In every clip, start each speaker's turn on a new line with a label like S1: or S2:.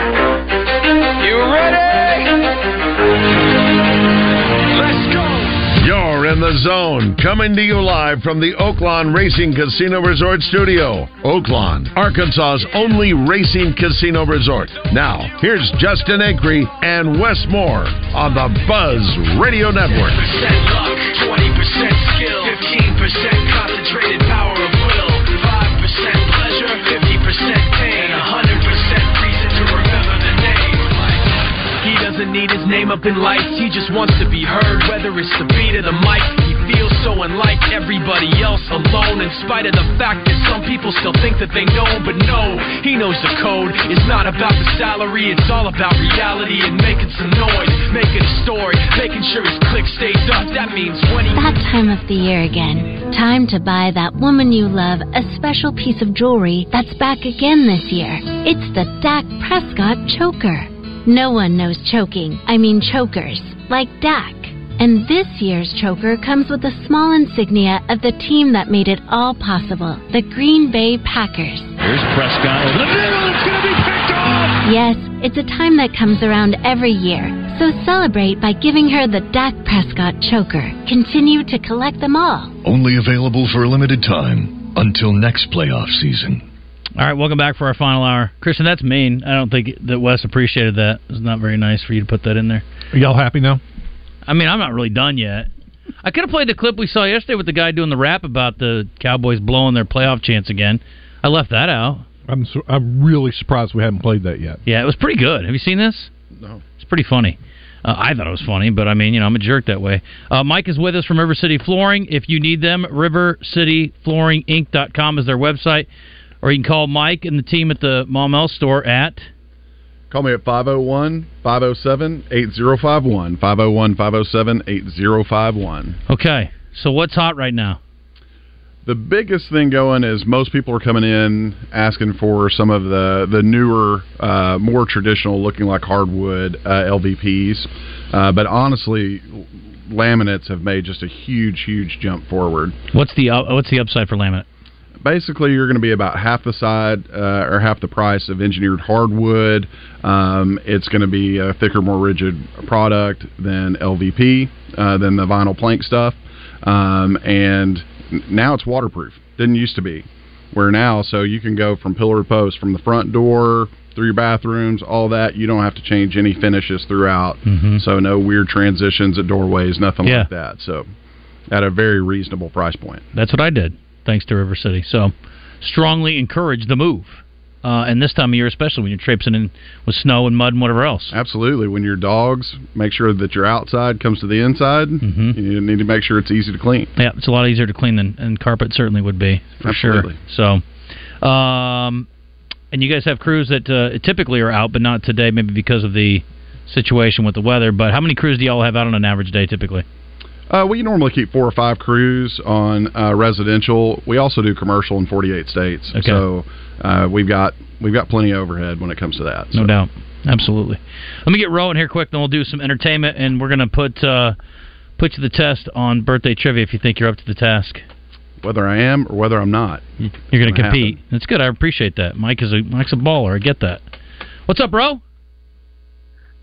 S1: You ready? Let's go!
S2: You're in the zone, coming to you live from the Oaklawn Racing Casino Resort Studio. Oaklawn, Arkansas's only racing casino resort. Now, here's Justin Acree and Wes Moore on the Buzz Radio
S1: 10%
S2: Network.
S1: luck, 20% skill, 15% concentrated power of will, 5% pleasure, 50% pain, and 100% reason to remember the name. He doesn't need his name up in lights, he just wants to be heard, whether it's the beat or the mic. He feels so unlike everybody else alone, in spite of the fact that some people still think that they know, but no, he knows the code. It's not about the salary, it's all about reality and making some noise, making a story, making sure his click stays up. That means when he
S3: That time of the year again. Time to buy that woman you love a special piece of jewelry that's back again this year. It's the Dak Prescott Choker. No one knows choking, I mean chokers, like Dak. And this year's choker comes with a small insignia of the team that made it all possible the Green Bay Packers.
S4: Here's Prescott over the middle. It's going to be picked off.
S3: Yes, it's a time that comes around every year. So celebrate by giving her the Dak Prescott Choker. Continue to collect them all.
S5: Only available for a limited time until next playoff season.
S6: All right, welcome back for our final hour, Christian. That's mean. I don't think that Wes appreciated that. It's not very nice for you to put that in there.
S7: Are y'all happy now?
S6: I mean, I'm not really done yet. I could have played the clip we saw yesterday with the guy doing the rap about the Cowboys blowing their playoff chance again. I left that out.
S7: I'm sur- I'm really surprised we haven't played that yet.
S6: Yeah, it was pretty good. Have you seen this?
S7: No.
S6: It's pretty funny. Uh, I thought it was funny, but I mean, you know, I'm a jerk that way. Uh, Mike is with us from River City Flooring. If you need them, rivercityflooringinc.com is their website, or you can call Mike and the team at the Mom L store at.
S8: Call me at 501 507 8051. 501 507 8051.
S6: Okay, so what's hot right now?
S8: The biggest thing going is most people are coming in asking for some of the, the newer, uh, more traditional looking like hardwood uh, LVPs. Uh, but honestly, laminates have made just a huge, huge jump forward.
S6: What's the uh, what's the upside for laminate?
S8: basically you're going to be about half the side uh, or half the price of engineered hardwood. Um, it's going to be a thicker, more rigid product than LVP, uh, than the vinyl plank stuff. Um, and n- now it's waterproof. Didn't used to be. Where now, so you can go from pillar to post, from the front door through your bathrooms, all that. You don't have to change any finishes throughout. So no weird transitions at doorways, nothing
S6: Mm-hmm. Yeah.
S8: like that. So at a very reasonable price point.
S6: That's what I did, thanks to River City. So, strongly encourage the move. Uh, and this time of year, especially when you're traipsing in with snow and mud and whatever else.
S8: Absolutely. When your dogs, make sure that your outside comes to the inside.
S6: Mm-hmm.
S8: You need to make sure it's easy to clean.
S6: Yeah, it's a lot easier to clean than and carpet certainly would be for
S8: Absolutely.
S6: sure. So, um, and you guys have crews that uh, typically are out, but not today, maybe because of the situation with the weather. But how many crews do y'all have out on an average day typically?
S8: Uh, we normally keep four or five crews on uh, residential. We also do commercial in 48 states.
S6: Okay.
S8: So uh, we've got we've got plenty of overhead when it comes to that.
S6: No doubt. Absolutely. Let me get Rowan here quick, then we'll do some entertainment, and we're gonna put uh, put you to the test on birthday trivia if you think you're up to the task.
S8: Whether I am or whether I'm not, you're
S6: You're going to compete. That's good. I appreciate that. Mike is a Mike's a baller. I get that. What's up, bro?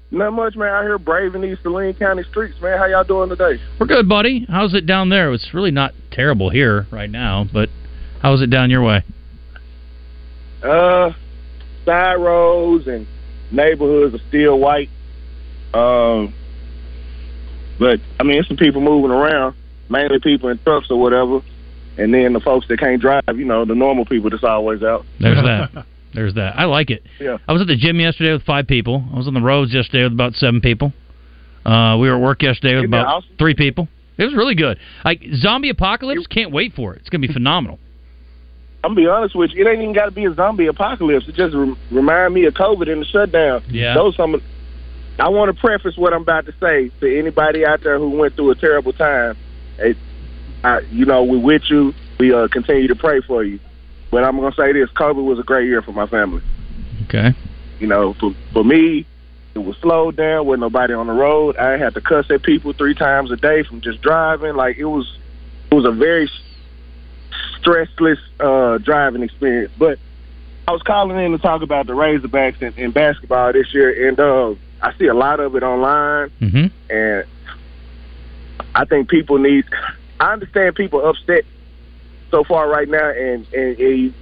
S9: Not much, man. Out here braving these Saline County streets, man. How y'all doing today?
S6: We're good, buddy. How's it down there? It's really not terrible here right now, but how is it down your way?
S9: Uh, side roads and neighborhoods are still white. Um, but I mean, it's some people moving around, mainly people in trucks or whatever, and then the folks that can't drive. You know, the normal people that's always out.
S6: There's that. There's that. I like it.
S9: Yeah.
S6: I was at the gym yesterday with five people. I was on the roads yesterday with about seven people. Uh, we were at work yesterday with
S9: Isn't that
S6: about
S9: awesome?
S6: three people. It was really good. Like zombie apocalypse, can't wait for it. It's going to be phenomenal.
S9: I'm gonna be honest with you. It ain't even got to be a zombie apocalypse. It just re- remind me of COVID and the shutdown.
S6: Yeah.
S9: Those some. Of, I want to preface what I'm about to say to anybody out there who went through a terrible time. It, I, you know, we with you. We uh, continue to pray for you. But I'm gonna say this: COVID was a great year for my family.
S6: Okay.
S9: You know, for for me, it was slowed down with nobody on the road. I had to cuss at people three times a day from just driving. Like it was, it was a very s- stressless uh, driving experience. But I was calling in to talk about the Razorbacks in, in basketball this year, and uh, I see a lot of it online,
S6: Mm-hmm.
S9: and I think people need. I understand people upset so far right now, and and and you,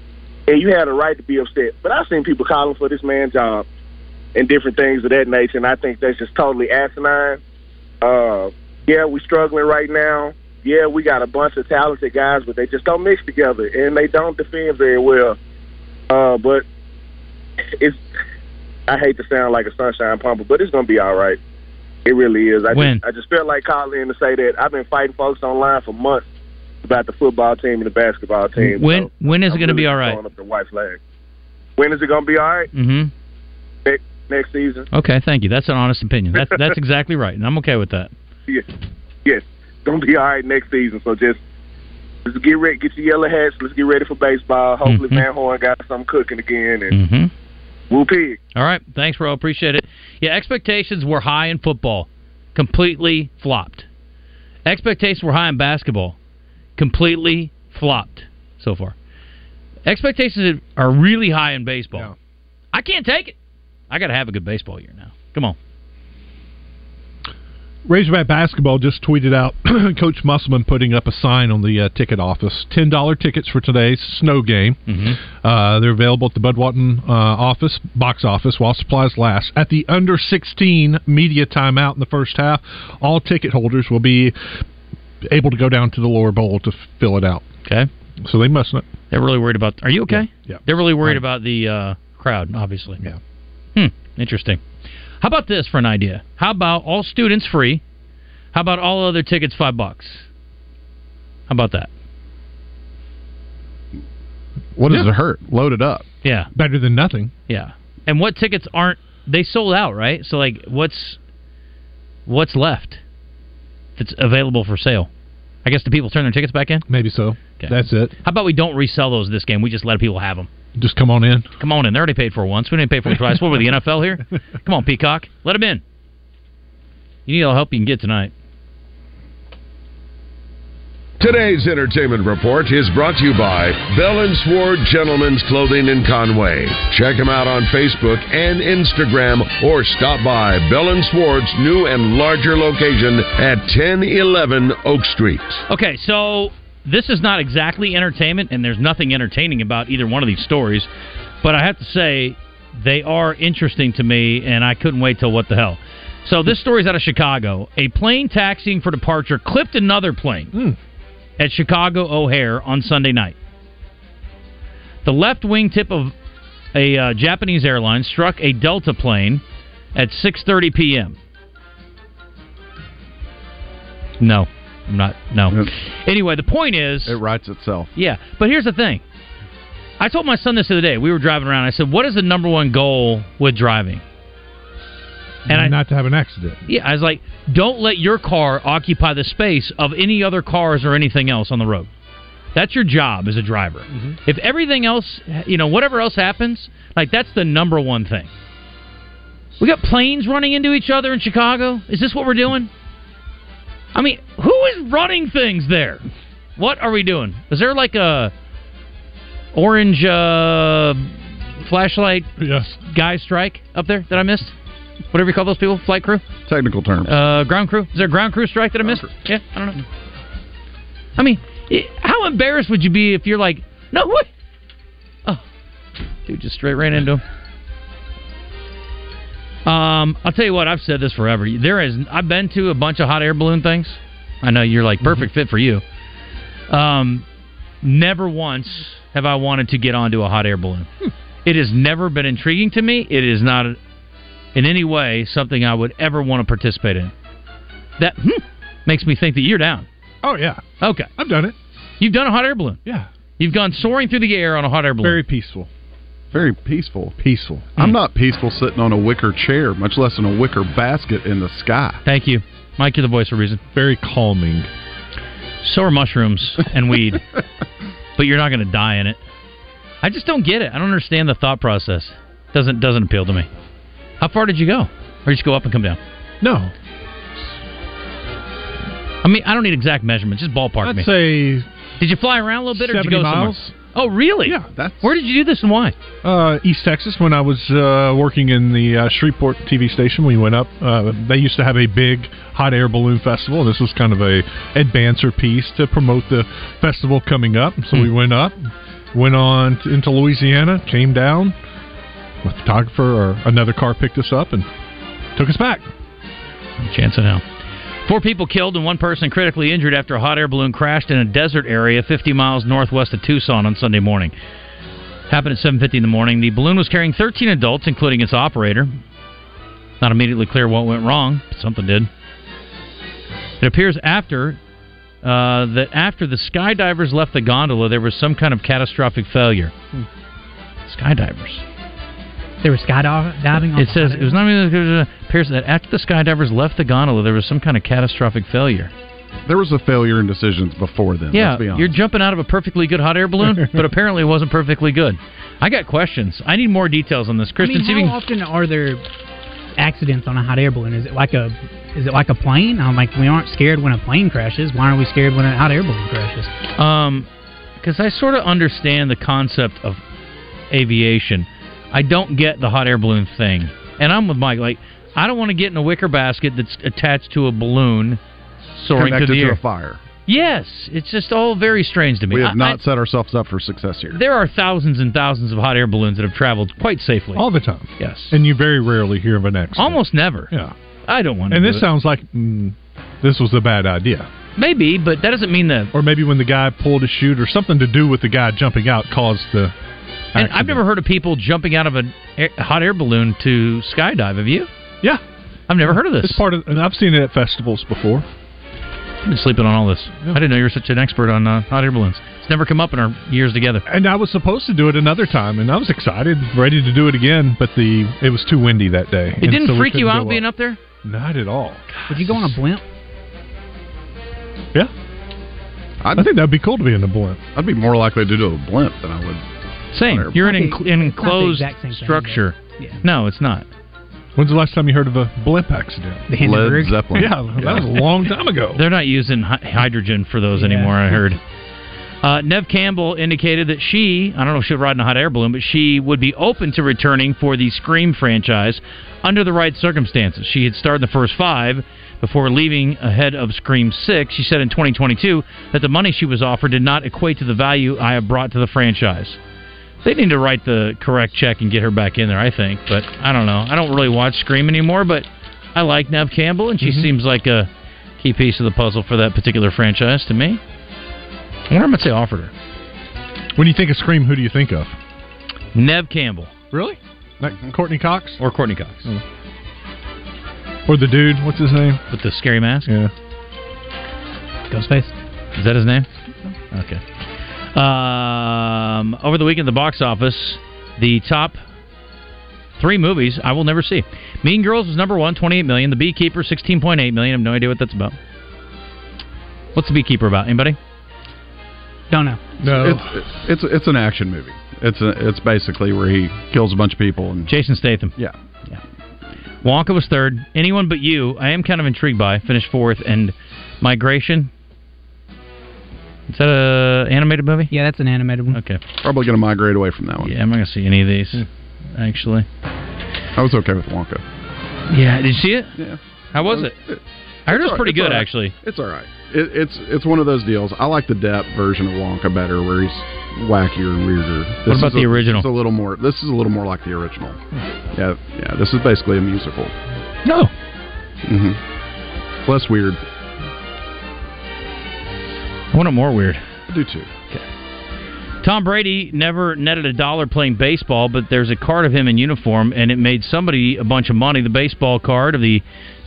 S9: and you had a right to be upset. But I've seen people calling for this man's job and different things of that nature, and I think that's just totally asinine. Uh, yeah, we're struggling right now. Yeah, we got a bunch of talented guys, but they just don't mix together and they don't defend very well. Uh, but it's I hate to sound like a sunshine pumper, but it's gonna be all right. It really is. I
S6: When?
S9: just I just felt like calling in to say that I've been fighting folks online for months about the football team and the basketball team.
S6: When
S9: So
S6: when is it
S9: I'm
S6: going to
S9: really
S6: be all
S9: just
S6: right?
S9: throwing Up the white flag. When is it gonna be all right?
S6: Mm-hmm.
S9: Next, next season.
S6: Okay, thank you. That's an honest opinion. That's that's exactly right, and I'm okay with that.
S9: Yes, yes. Gonna be all right next season. So just just get ready, get your yellow hats. Let's get ready for baseball. Hopefully,
S6: Mhm.
S9: Van Horn got something cooking again, and
S6: Mm-hmm.
S9: we'll pig.
S6: All right. Thanks, bro. Appreciate it. Yeah, expectations were high in football. Completely flopped. Expectations were high in basketball. Completely flopped so far. Expectations are really high in baseball. I can't take it. I got to have a good baseball year now. Come on.
S7: Razorback basketball just tweeted out Coach Musselman putting up a sign on the uh, ticket office. Ten dollar tickets for today's snow game. Uh, they're available at the Budwatton uh, office box office while supplies last. At the under sixteen media timeout in the first half, all ticket holders will be able to go down to the lower bowl to f- fill it out.
S6: Okay,
S7: so they must not.
S6: They're really worried about. Are you okay?
S7: Yeah.
S6: They're really worried
S7: Right.
S6: about the uh, crowd, obviously.
S7: Yeah.
S6: Hmm. Interesting. How about this for an idea? How about all students free? How about all other tickets five bucks? How about that?
S8: What does it hurt? Load it up.
S6: Yeah.
S7: Better than nothing.
S6: Yeah. And what tickets aren't they sold out? Right. So like, what's what's left that's available for sale? I guess do people turn their tickets back in?
S7: Maybe so. That's it.
S6: How about we don't resell those this game? We just let people have them.
S7: Just come on in.
S6: Come on in. They already paid for it once. We didn't pay for it twice. What were the NFL here? Come on, Peacock. Let them in. You need all the help you can get tonight.
S10: Today's entertainment report is brought to you by Bell and Sword Gentlemen's Clothing in Conway. Check them out on Facebook and Instagram or stop by Bell and Sword's new and larger location at 1011 Oak Street.
S6: Okay, so this is not exactly entertainment, and there's nothing entertaining about either one of these stories, but I have to say they are interesting to me, and I couldn't wait till what the hell. So this story's out of Chicago. A plane taxiing for departure clipped another plane at Chicago O'Hare on Sunday night. The left wing tip of a uh, Japanese airline struck a Delta plane at 6:30 p.m. No, I'm not. No. Anyway, the point is, it
S8: writes itself.
S6: Yeah, but here's the thing. I told my son this the other day. We were driving around. I said, "What is the number one goal with driving?" And I,
S7: not to have an accident.
S6: Yeah, I was like, "Don't let your car occupy the space of any other cars or anything else on the road." That's your job as a driver. If everything else, you know, whatever else happens, like that's the number one thing. We got planes running into each other in Chicago. Is this what we're doing? I mean, who is running things there? What are we doing? Is there like a orange uh, flashlight guy strike up there that I missed? Whatever you call those people, flight crew,
S8: Technical term.
S6: uh, ground crew. Is there a ground crew strike that I missed? Yeah, I don't know. I mean, i- how embarrassed would you be if you're like, no, what? Oh, dude, just straight ran into him. Um, I'll tell you what, I've said this forever. There is, I've been to a bunch of hot air balloon things. I know you're like perfect fit for you. Um, never once have I wanted to get onto a hot air balloon. It has never been intriguing to me. It is not in any way something I would ever want to participate in. That hmm, makes me think that you're down.
S7: Oh yeah.
S6: Okay.
S7: I've done it.
S6: You've done a hot air balloon.
S7: Yeah.
S6: You've gone soaring through the air on a hot air balloon.
S7: Very peaceful.
S8: Very peaceful.
S7: Peaceful.
S6: Mm.
S8: I'm not peaceful sitting on a wicker chair, much less in a wicker basket in the sky.
S6: Thank you. Mike, you're the voice of reason.
S7: Very calming.
S6: So are mushrooms and weed. but you're not going to die in it. I just don't get it. I don't understand the thought process. Doesn't doesn't appeal to me. How far did you go? Or you just go up and come down?
S7: No.
S6: I mean, I don't need exact measurements. Just ballpark
S7: I'd
S6: me.
S7: say.
S6: Did you fly around a little bit, or did you
S7: 70
S6: go somewhere?
S7: miles.
S6: Oh, really? Yeah.
S7: That's...
S6: Where did you do this and why?
S7: Uh, East Texas. When I was uh, working in the uh, Shreveport TV station, we went up. Uh, they used to have a big hot air balloon festival. This was kind of a advancer piece to promote the festival coming up. So
S6: Hmm.
S7: we went up, went on t- into Louisiana, came down. A photographer or another car picked us up and took us back.
S6: Chance of hell. Four people killed and one person critically injured after a hot air balloon crashed in a desert area 50 miles northwest of Tucson on Sunday morning. Happened at 7:50 in the morning. The balloon was carrying 13 adults, including its operator. Not immediately clear what went wrong. But something did. It appears after uh, that after the skydivers left the gondola, there was some kind of catastrophic failure. Skydivers.
S11: They were skydiving. on
S6: It
S11: the
S6: says
S11: hot
S6: it was not even it appears that after the skydivers left the gondola, there was some kind of catastrophic failure.
S8: There was a failure in decisions before then.
S6: yeah,
S8: let's be honest.
S6: you're jumping out of a perfectly good hot air balloon, but apparently it wasn't perfectly good. I got questions. I need more details on this,
S11: I
S6: Kristen.
S11: mean,
S6: see if
S11: how
S6: you
S11: often
S6: can-
S11: are there accidents on a hot air balloon? Is it like a is it like a plane? I'm like, we aren't scared when a plane crashes. Why aren't we scared when a hot air balloon crashes?
S6: Um, because I sort of understand the concept of aviation. I don't get the hot air balloon thing, and I'm with Mike. Like, I don't want to get in a wicker basket that's attached to a balloon soaring
S8: connected
S6: through the
S8: to
S6: air.
S8: a fire.
S6: Yes, it's just all very strange to me.
S8: We
S6: I-
S8: have
S6: I-
S8: not set ourselves up for success here.
S6: There are thousands and thousands of hot air balloons that have traveled quite safely.
S7: All the time.
S6: Yes.
S7: And you very rarely hear of an accident.
S6: Almost never.
S7: Yeah.
S6: I don't want to.
S7: And
S6: do
S7: this
S6: it.
S7: sounds like mm, this was a bad idea.
S6: Maybe, but that doesn't mean that.
S7: Or maybe when the guy pulled a chute or something to do with the guy jumping out caused the.
S6: And I've never heard of people jumping out of an air, hot air balloon to skydive. Have you?
S7: Yeah.
S6: I've never heard of this.
S7: It's part of, and I've seen it at festivals before.
S6: I've been sleeping on all this. I didn't know you were such an expert on uh, hot air balloons. It's never come up in our years together.
S7: And I was supposed to do it another time, and I was excited, ready to do it again, but the it was too windy that day.
S6: It didn't freak you out being up there?
S7: Not at all.
S11: Would you go on a blimp?
S7: Yeah. i think that'd be cool to be in a blimp.
S8: I'd be more likely to do a blimp than I would.
S6: Same. You're in an enc- an enclosed
S7: exact same thing, but-
S6: structure.
S11: Yeah.
S6: No, it's not.
S7: When's the last time you heard of a blimp accident?
S6: The Hindenburg? Led Zeppelin.
S7: Yeah, that was a long time ago.
S6: They're not using hy- hydrogen for those anymore, I heard. Uh, Nev Campbell indicated that she, I don't know if she'll ride in a hot air balloon, but she would be open to returning for the Scream franchise under the right circumstances. She had starred in the first five before leaving ahead of Scream 6. She said in 2022 that the money she was offered did not equate to the value I have brought to the franchise. They need to write the correct check and get her back in there, I think. But I don't know. I don't really watch Scream anymore, but I like Nev Campbell, and she
S7: Mm-hmm.
S6: seems like a key piece of the puzzle for that particular franchise to me. I wonder how much they offered her.
S7: When you think of Scream, who do you think of?
S6: Nev Campbell.
S7: Really? Like Courtney Cox? Hmm.
S6: Or Courtney Cox.
S7: Or the dude, what's his name?
S6: With the scary mask?
S7: Yeah.
S6: Ghostface. Is that his name? Okay. Um, over the weekend, at the box office, the top three movies I will never see. Mean Girls was number one, 28 million. The Beekeeper, 16.8 million. I have no idea what that's about. What's the Beekeeper about? Anybody?
S11: Don't know.
S7: No.
S8: It's, it's it's an action movie. It's a, it's basically where he kills a bunch of people and
S6: Jason Statham.
S8: Yeah.
S6: Wonka was third. Anyone but you, I am kind of intrigued by. Finished fourth. And Migration. Is that a animated movie?
S11: Yeah, that's an animated one.
S6: Okay.
S8: Probably going to migrate away from that one. Yeah,
S6: I'm not going to see any of these. Actually,
S8: I was okay with Wonka.
S6: Yeah. Did you see it?
S8: Yeah.
S6: How was it? I heard it
S8: It's
S6: was
S8: all-
S6: pretty
S8: it's all
S6: good,
S8: right.
S6: actually.
S8: It's all right. It, it's it's one of those deals. I like the depth version of Wonka better, where he's wackier and weirder.
S6: What about
S8: is
S6: the
S8: a-
S6: original? Hmm.
S8: It's a little more. This is a little more like the original. Yeah, yeah. This is basically a musical.
S6: No.
S8: hmm Less weird.
S6: I want it more weird.
S8: I do too.
S6: Tom Brady never netted a dollar playing baseball, but there's a card of him in uniform, and it made somebody a bunch of money. The baseball card of the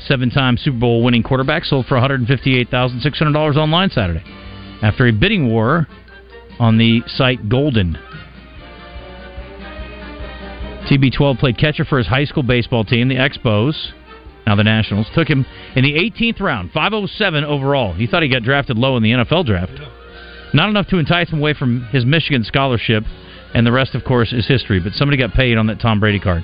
S6: seven-time Super Bowl winning quarterback sold for $158,600 online Saturday after a bidding war on the site Golden. TB12 played catcher for his high school baseball team, the Expos, now the Nationals. Took him in the 18th round, 507 overall. He thought he got drafted low in the NFL draft. Not enough to entice him away from his Michigan scholarship, and the rest, of course, is history. But somebody got paid on that Tom Brady card.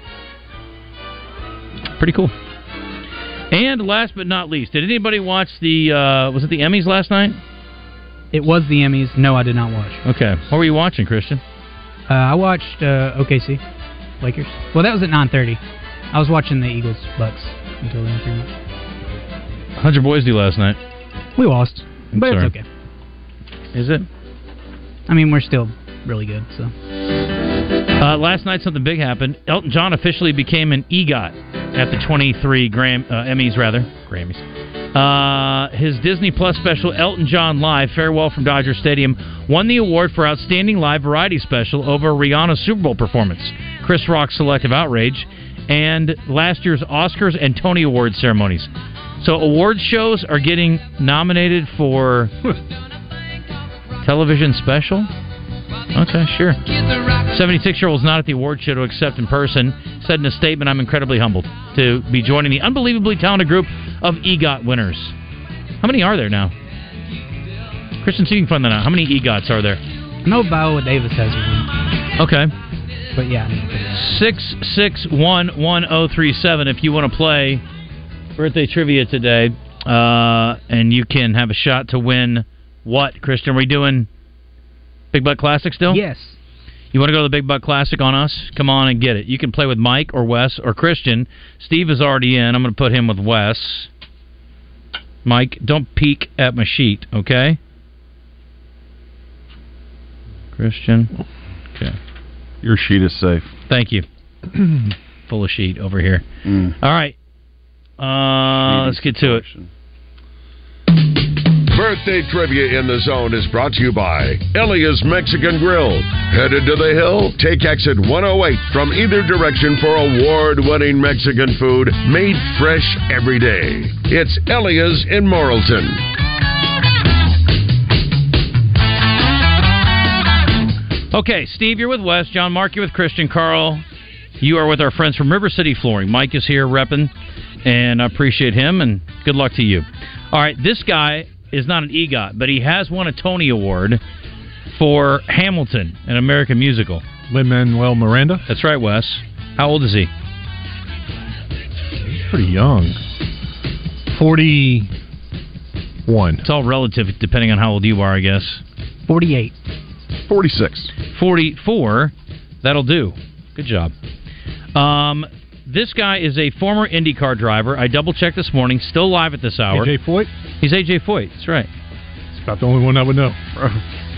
S6: Pretty cool. And last but not least, did anybody watch the? Uh, was it the Emmys last night?
S11: It was the Emmys. No, I did not watch.
S6: Okay, what were you watching, Christian?
S11: Uh, I watched uh, OKC, Lakers. Well, that was at 9:30. I was watching the Eagles Bucks until then. pretty much.
S6: Hundred boys do last night.
S11: We lost, but
S6: sorry.
S11: it's okay.
S6: Is it?
S11: I mean, we're still really good. So
S6: Uh, last night, something big happened. Elton John officially became an EGOT at the 23 Gram- uh, Emmys, rather Grammys. Uh, his Disney Plus special, Elton John Live: Farewell from Dodger Stadium, won the award for Outstanding Live Variety Special over Rihanna's Super Bowl performance, Chris Rock's Selective Outrage, and last year's Oscars and Tony Award ceremonies. So, award shows are getting nominated for television special. Okay, sure. 76 year old's not at the award show to accept in person, said in a statement, I'm incredibly humbled to be joining the unbelievably talented group of EGOT winners. How many are there now? Christian, so you can find that out. How many EGOTs are there?
S11: I know Viola Davis has one.
S6: Okay.
S11: But yeah, I mean,
S6: 6611037 if you want to play birthday trivia today. Uh, and you can have a shot to win what, Christian? Are we doing Big Butt Classic still?
S11: Yes.
S6: You want to go to the Big Butt Classic on us? Come on and get it. You can play with Mike or Wes or Christian. Steve is already in. I'm going to put him with Wes. Mike, don't peek at my sheet, okay? Christian. Okay.
S8: Your sheet is safe.
S6: Thank you. Full of sheet over here. All right. Uh, let's get to it.
S2: Birthday Trivia in the Zone is brought to you by Elia's Mexican Grill. Headed to the hill? Take exit 108 from either direction for award winning Mexican food made fresh every day. It's Elia's in Morrilton.
S6: Okay, Steve, you're with Wes. John Mark, you're with Christian. Carl, you are with our friends from River City Flooring. Mike is here repping, and I appreciate him, and good luck to you. All right, this guy is not an EGOT, but he has won a Tony Award for Hamilton, an American musical.
S7: Lin Manuel Miranda.
S6: That's right, Wes. How old is he?
S7: Pretty young. 41.
S6: It's all relative, depending on how old you are, I guess.
S11: 48.
S8: 46.
S6: 44. That'll do. Good job. Um, this guy is a former IndyCar driver. I double checked this morning. Still live at this hour.
S7: AJ Foyt?
S6: He's AJ Foyt. That's right.
S7: It's about the only one I would know.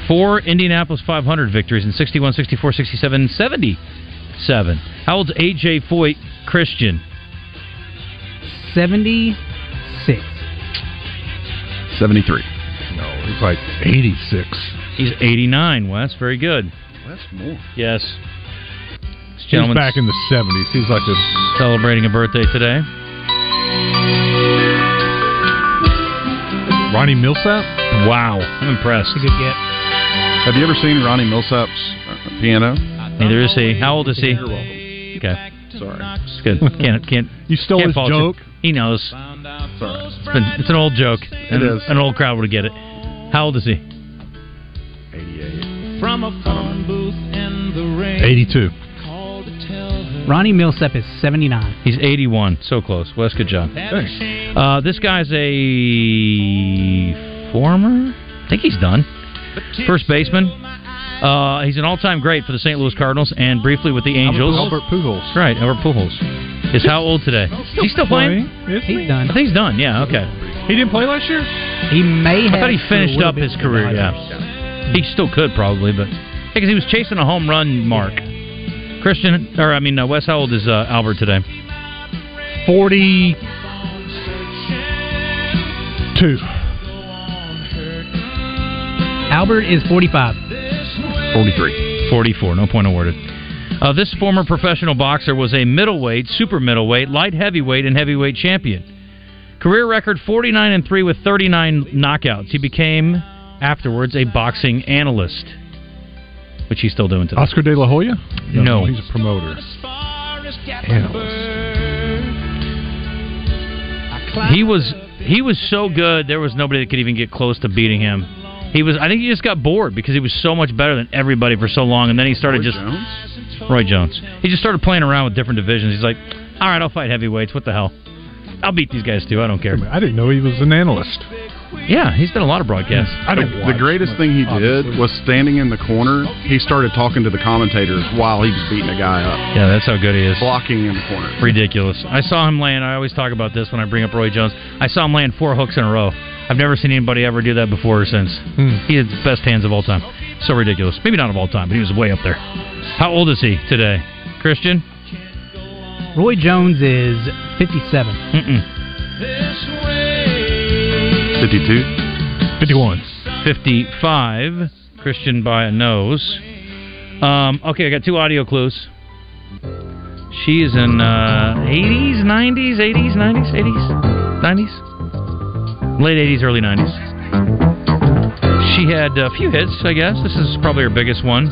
S6: Four Indianapolis 500 victories in 61, 64, 67, 77. How old's AJ Foyt Christian?
S11: 76.
S8: 73.
S7: No, he's like 86.
S6: He's 89, Wes. Very good.
S8: Wes Moore.
S6: Yes. This
S7: He's
S6: gentleman's
S7: back in the 70s. He's like a
S6: celebrating a birthday today.
S7: Ronnie Millsap?
S6: Wow. I'm impressed.
S11: That's a good get.
S8: Have you ever seen Ronnie Millsap's uh, piano?
S6: Neither is he. How old is he?
S8: You're welcome.
S6: Okay.
S8: Sorry.
S6: It's good. Can't can't.
S7: You stole
S6: can't
S7: his
S6: fault you.
S7: joke.
S6: He knows.
S8: Sorry.
S6: It's, been, it's an old joke. and
S8: is.
S6: An old crowd would get it. How old is he?
S8: 88.
S12: From a phone booth in the rain.
S7: 82.
S11: Ronnie Millsap is 79.
S6: He's 81. So close. Wes, good job. Uh, this guy's a former. I think he's done. First baseman. Uh, he's an all-time great for the St. Louis Cardinals and briefly with the Angels.
S7: Albert Pujols.
S6: That's right, Albert Pujols. Is how old today? Is he still playing?
S11: He's
S6: I
S11: done.
S6: think he's done. Yeah. Okay.
S7: He didn't play last year?
S11: He may
S6: I
S11: have.
S6: thought he
S11: for a
S6: finished
S11: little
S6: up
S11: bit
S6: his
S11: with the
S6: career.
S11: Dodgers.
S6: Yeah. He still could probably, but because he was chasing a home run mark. Christian, or I mean, uh, Wes, how old is uh, Albert today?
S7: 42.
S11: Albert is 45.
S8: 43.
S6: 44. No point awarded. Uh, this former professional boxer was a middleweight, super middleweight, light heavyweight, and heavyweight champion. Career record 49 and 3 with 39 knockouts. He became afterwards a boxing analyst, which he's still doing today.
S7: Oscar De La Hoya?
S6: No.
S7: He's a promoter.
S6: He was he was so good there was nobody that could even get close to beating him. He was. I think he just got bored because he was so much better than everybody for so long, and then he started just Roy Jones. He just started playing around with different divisions. He's like, all right, I'll fight heavyweights. What the hell? I'll beat these guys too. I don't care.
S7: I didn't know he was an analyst.
S6: Yeah, he's done a lot of broadcasts.
S8: the, the greatest thing he did was standing in the corner. He started talking to the commentators while he was beating a guy up.
S6: Yeah, that's how good he is.
S8: Blocking in the corner.
S6: Ridiculous. I saw him laying. I always talk about this when I bring up Roy Jones. I saw him laying four hooks in a row. I've never seen anybody ever do that before or since. He had the best hands of all time. So ridiculous. Maybe not of all time, but he was way up there. How old is he today, Christian?
S11: Roy Jones is 57.
S6: Mm-mm.
S8: 52.
S6: 51. 55. Christian by a nose. Um, okay, I got two audio clues. She is in uh, 80s, 90s, 80s, 90s, 80s, 90s. Late 80s, early 90s. She had a few hits, I guess. This is probably her biggest one.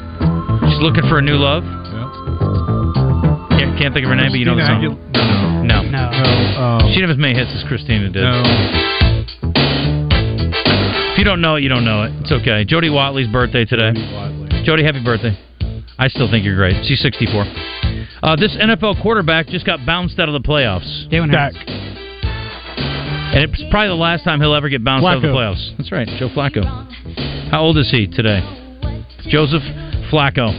S6: She's looking for a new love. Can't, can't think of her name, but you know the song.
S7: Christina
S6: no.
S11: No.
S6: She didn't have as many hits as Christina did. If you don't know it, you don't know it. It's okay. Jody Watley's birthday today. Jody, happy birthday. I still think you're great. She's 64. Uh, this NFL quarterback just got bounced out of the playoffs.
S11: Dak.
S6: And it's probably the last time he'll ever get bounced out of the
S11: Flacco.
S6: playoffs. That's right, Joe Flacco. How old is he today? Joseph Flacco.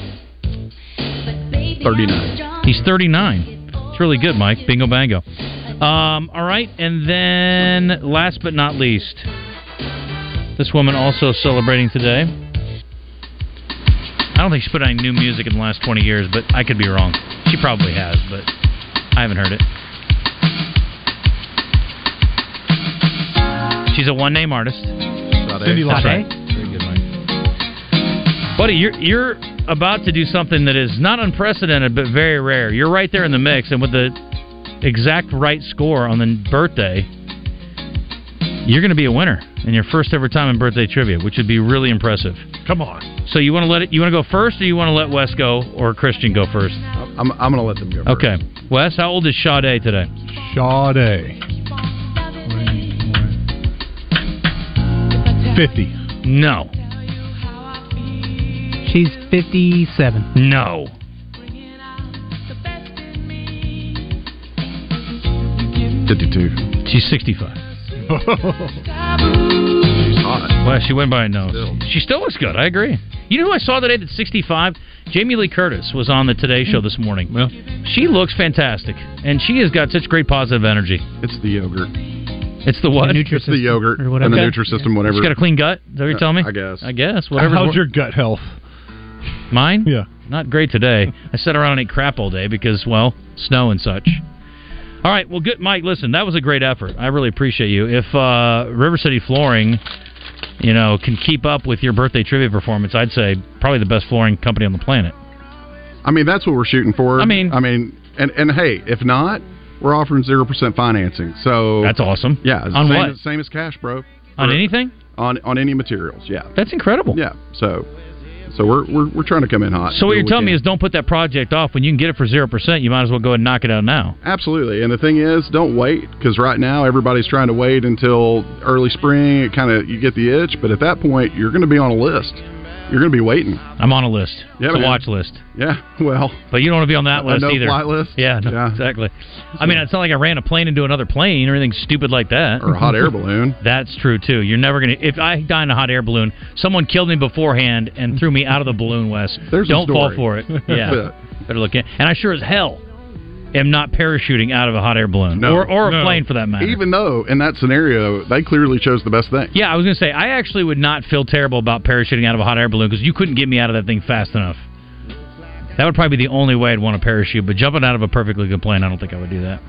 S8: 39.
S6: He's 39. It's really good, Mike. Bingo bango. Um, all right, and then last but not least, this woman also celebrating today. I don't think she put out any new music in the last 20 years, but I could be wrong. She probably has, but I haven't heard it. She's a one-name artist.
S8: Cindy Lauper.
S6: That's right. Buddy, you're you're about to do something that is not unprecedented but very rare. You're right there in the mix, and with the exact right score on the birthday, you're going to be a winner in your first ever time in birthday trivia, which would be really impressive.
S7: Come on.
S6: So you want to let it? You want to go first, or you want to let Wes go or Christian go first?
S8: I'm, I'm going to let them go.
S6: Okay, Wes, how old is Sade today?
S7: Sade. 50.
S6: No.
S11: She's 57.
S6: No.
S8: Fifty-two.
S6: She's sixty-five. Well, she went by a nose. She still looks good. I agree. You know who I saw today that's 65? Jamie Lee Curtis was on the Today
S8: Hmm.
S6: Show this morning. She looks fantastic, and she has got such great positive energy.
S8: It's the yogurt.
S6: It's the what?
S8: It's the yogurt
S6: Or whatever.
S8: and the
S6: Okay.
S8: Nutrisystem, whatever.
S6: She's got a clean gut. Is that what you're
S8: Uh,
S6: telling me?
S8: I guess.
S6: I guess. Whatever.
S7: How's your gut health?
S6: Mine? Yeah. Not great today. I sat around and ate crap all day because, well, snow and such. All right. Well, good, Mike. Listen, that was a great effort. I really appreciate you. If uh, River City Flooring, you know, can keep up with your birthday trivia performance, I'd say probably the best flooring company on the planet.
S8: I mean, that's what we're shooting for. I mean, I mean, and and hey, if not, we're offering zero percent financing. So
S6: that's awesome.
S8: Yeah,
S6: On
S8: same
S6: what?
S8: As, same as cash, bro.
S6: On anything?
S8: On on any materials. Yeah,
S6: that's incredible.
S8: Yeah, so so we're we're, we're trying to come in hot.
S6: So what you're telling me is don't put that project off. When you can get it for zero percent, you might as well go ahead and knock it out now.
S8: Absolutely, and the thing is, don't wait because right now everybody's trying to wait until early spring. It kind of you get the itch, but at that point you're going to be on a list. You're going to be waiting.
S6: I'm on a list.
S8: Yeah,
S6: it's
S8: man.
S6: a watch list.
S8: Yeah, well,
S6: But you don't want to be on that
S8: A
S6: list either.
S8: no-fly list?
S6: Yeah, no, exactly. I mean, it's not like I ran a plane into another plane or anything stupid like that.
S8: Or a hot air balloon.
S6: That's true too. You're never gonna. If I die in a hot air balloon, someone killed me beforehand and threw me out of the balloon. Wes,
S8: There's a
S6: don't fall
S8: story.
S6: for it.
S8: That's
S6: Yeah, better look in. And I sure as hell am not parachuting out of a hot air balloon
S8: No.
S6: or or a plane for that matter.
S8: Even though in that scenario they clearly chose the best thing.
S6: yeah, I was gonna say I actually would not feel terrible about parachuting out of a hot air balloon because you couldn't get me out of that thing fast enough. That would probably be the only way I'd want to parachute. But jumping out of a perfectly good plane, I don't think I would do that.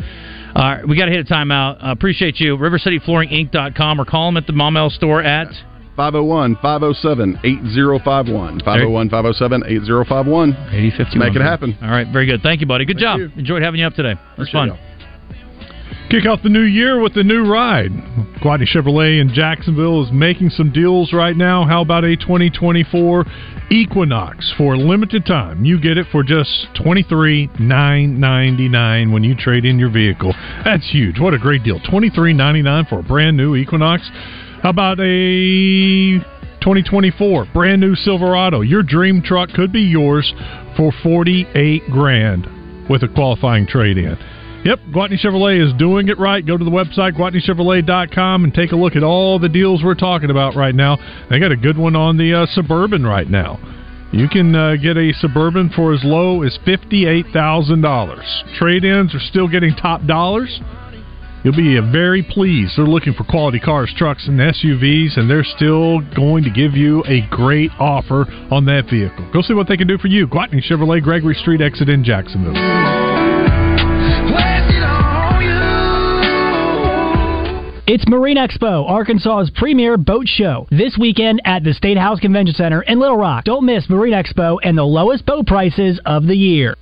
S6: All right, we got to hit a timeout. Uh, appreciate you. RiverCityFlooringInc.com or call them at the Maumel store at
S8: 501 507 8051. 501 507 8051.
S6: 8051.
S8: Make it happen.
S6: All right, very good. Thank you, buddy. Good job. Enjoyed having you up today. It was fun.
S7: Kick off the new year with a new ride. Guadney Chevrolet in Jacksonville is making some deals right now. How about a 2024 Equinox for a limited time? You get it for just $23,999 when you trade in your vehicle. That's huge. What a great deal. $23,999 for a brand new Equinox. How about a 2024, brand new Silverado. Your dream truck could be yours for 48 grand with a qualifying trade-in. Yep, Guatney Chevrolet is doing it right. Go to the website, guatneychevrolet.com, and take a look at all the deals we're talking about right now. They got a good one on the uh, Suburban right now. You can uh, get a Suburban for as low as $58,000. Trade ins are still getting top dollars. You'll be uh, very pleased. They're looking for quality cars, trucks, and SUVs, and they're still going to give you a great offer on that vehicle. Go see what they can do for you. Guatney Chevrolet, Gregory Street exit in Jacksonville.
S13: It's Marine Expo, Arkansas's premier boat show, this weekend at the State House Convention Center in Little Rock. Don't miss Marine Expo and the lowest boat prices of the year.